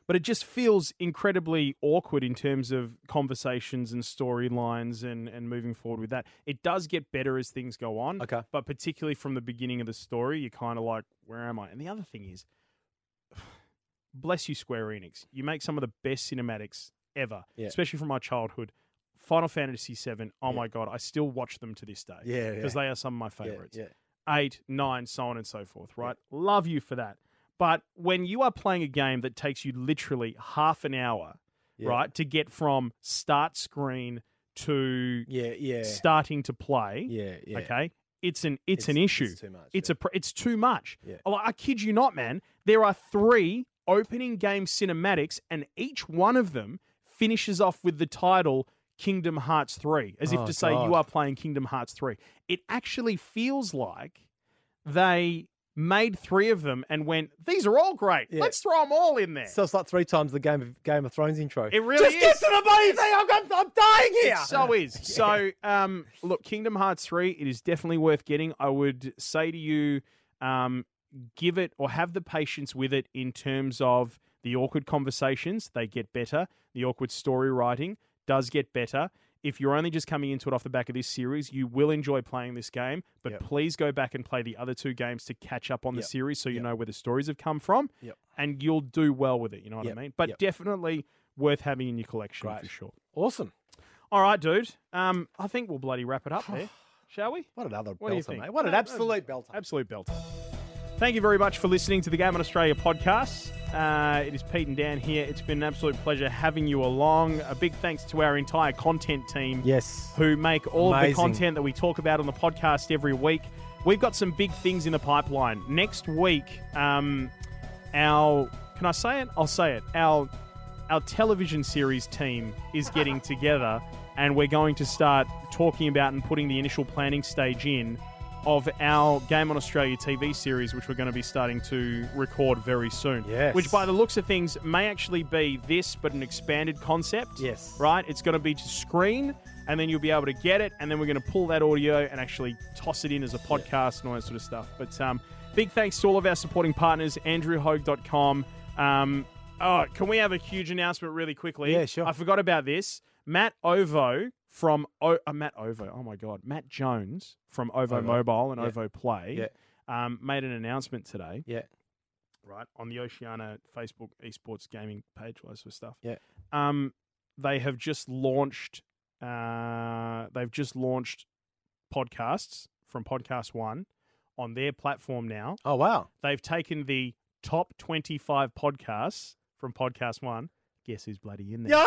A: but it just feels incredibly awkward in terms of conversations and storylines and, and moving forward with that. It does get better as things go on.
B: Okay.
A: But particularly from the beginning of the story, you're kind of like, where am I? And the other thing is, bless you, Square Enix. You make some of the best cinematics ever,
B: Yeah.
A: especially from my childhood. Final Fantasy VII, oh my God, I still watch them to this day.
B: Yeah,
A: Because
B: yeah.
A: they are some of my
B: yeah,
A: favorites
B: yeah.
A: eight, nine, so on and so forth, right? Love you for that. But when you are playing a game that takes you literally half an hour,
B: Yeah.
A: right, to get from start screen to
B: yeah, yeah,
A: starting to play,
B: yeah, yeah.
A: okay, it's an it's, an
B: It's-
A: issue.
B: It's too much.
A: It's
B: yeah.
A: a pr- it's too much.
B: Yeah.
A: Oh, I kid you not, man. There are three opening game cinematics, and each one of them finishes off with the title Kingdom Hearts Three, as if
B: Oh,
A: to say
B: God.
A: you are playing Kingdom Hearts Three. It actually feels like they made three of them and went, "These are all great.
B: Yeah.
A: Let's throw them all in there."
B: So it's like three times the Game of Game of Thrones intro.
A: It really
B: Just get
A: is.
B: to the bloody thing. I'm, I'm, I'm dying here.
A: It so is. So, um, look, Kingdom Hearts 3, it is definitely worth getting. I would say to you, um, give it or have the patience with it in terms of the awkward conversations. They get better. The awkward story writing does get better. If you're only just coming into it off the back of this series, you will enjoy playing this game, but
B: Yep.
A: please go back and play the other two games to catch up on the
B: Yep.
A: series so you
B: Yep.
A: know where the stories have come from
B: Yep.
A: and you'll do well with it. You know what
B: Yep.
A: I mean? But
B: Yep.
A: definitely worth having in your collection
B: Great.
A: for sure.
B: Awesome.
A: All right, dude. Um, I think we'll bloody wrap it up there, shall we?
B: What another
A: What do you
B: belter,
A: think?
B: mate. What an absolute belter.
A: Absolute belter. Thank you very much for listening to the Game on Australia podcast. Uh, it is Pete and Dan here. It's been an absolute pleasure having you along. A big thanks to our entire content team
B: yes.
A: who make all of the
B: Amazing.
A: content that we talk about on the podcast every week. We've got some big things in the pipeline. Next week, um, our can I say it? I'll say it. Our our television series team is getting together, and we're going to start talking about and putting the initial planning stage in of our Game on Australia TV series, which we're going to be starting to record very soon.
B: Yes.
A: Which, by the looks of things, may actually be this, but an expanded concept.
B: Yes.
A: Right? It's going to be to screen, and then you'll be able to get it, and then we're going to pull that audio and actually toss it in as a podcast and all that sort of stuff. But um, big thanks to all of our supporting partners, andrewhogue.com. Um, oh, can we have a huge announcement really quickly?
B: Yeah, sure.
A: I forgot about this. Matt Ovo from o- uh, Matt Ovo. Oh my God, Matt Jones from Ovo,
B: Ovo.
A: Mobile and
B: Yeah.
A: Ovo Play um, made an announcement today,
B: Yeah.
A: right, on the Oceana Facebook esports gaming page, all this sort of stuff.
B: Yeah.
A: Um, they have just launched. Uh, they've just launched podcasts from Podcast One on their platform now.
B: Oh wow.
A: They've taken the top twenty-five podcasts from Podcast One. Guess who's bloody in there?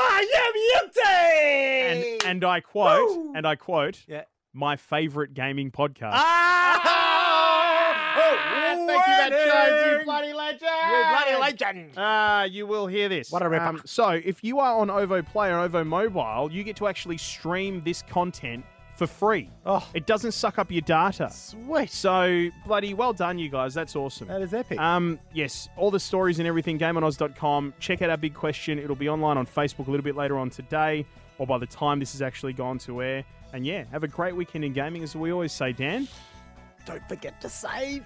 A: and, and I quote, and I quote,
B: Yeah. Ah!
A: my favorite gaming podcast. Ah!
B: Oh,
F: Thank you, Matt Jones, you bloody legend. You bloody legend.
A: Ah, you will hear this. Um,
B: What a ripper.
A: so, if you are on OVO Play or OVO Mobile, you get to actually stream this content for free.
B: Oh.
A: It doesn't suck up your data.
B: Sweet.
A: So, bloody well done, you guys. That's awesome.
B: That is epic.
A: Um, yes, all the stories and everything, gameonoz.com. Check out our big question. It'll be online on Facebook a little bit later on today, or by the time this has actually gone to air. And yeah, have a great weekend in gaming, as we always say, Dan.
B: Don't forget to save.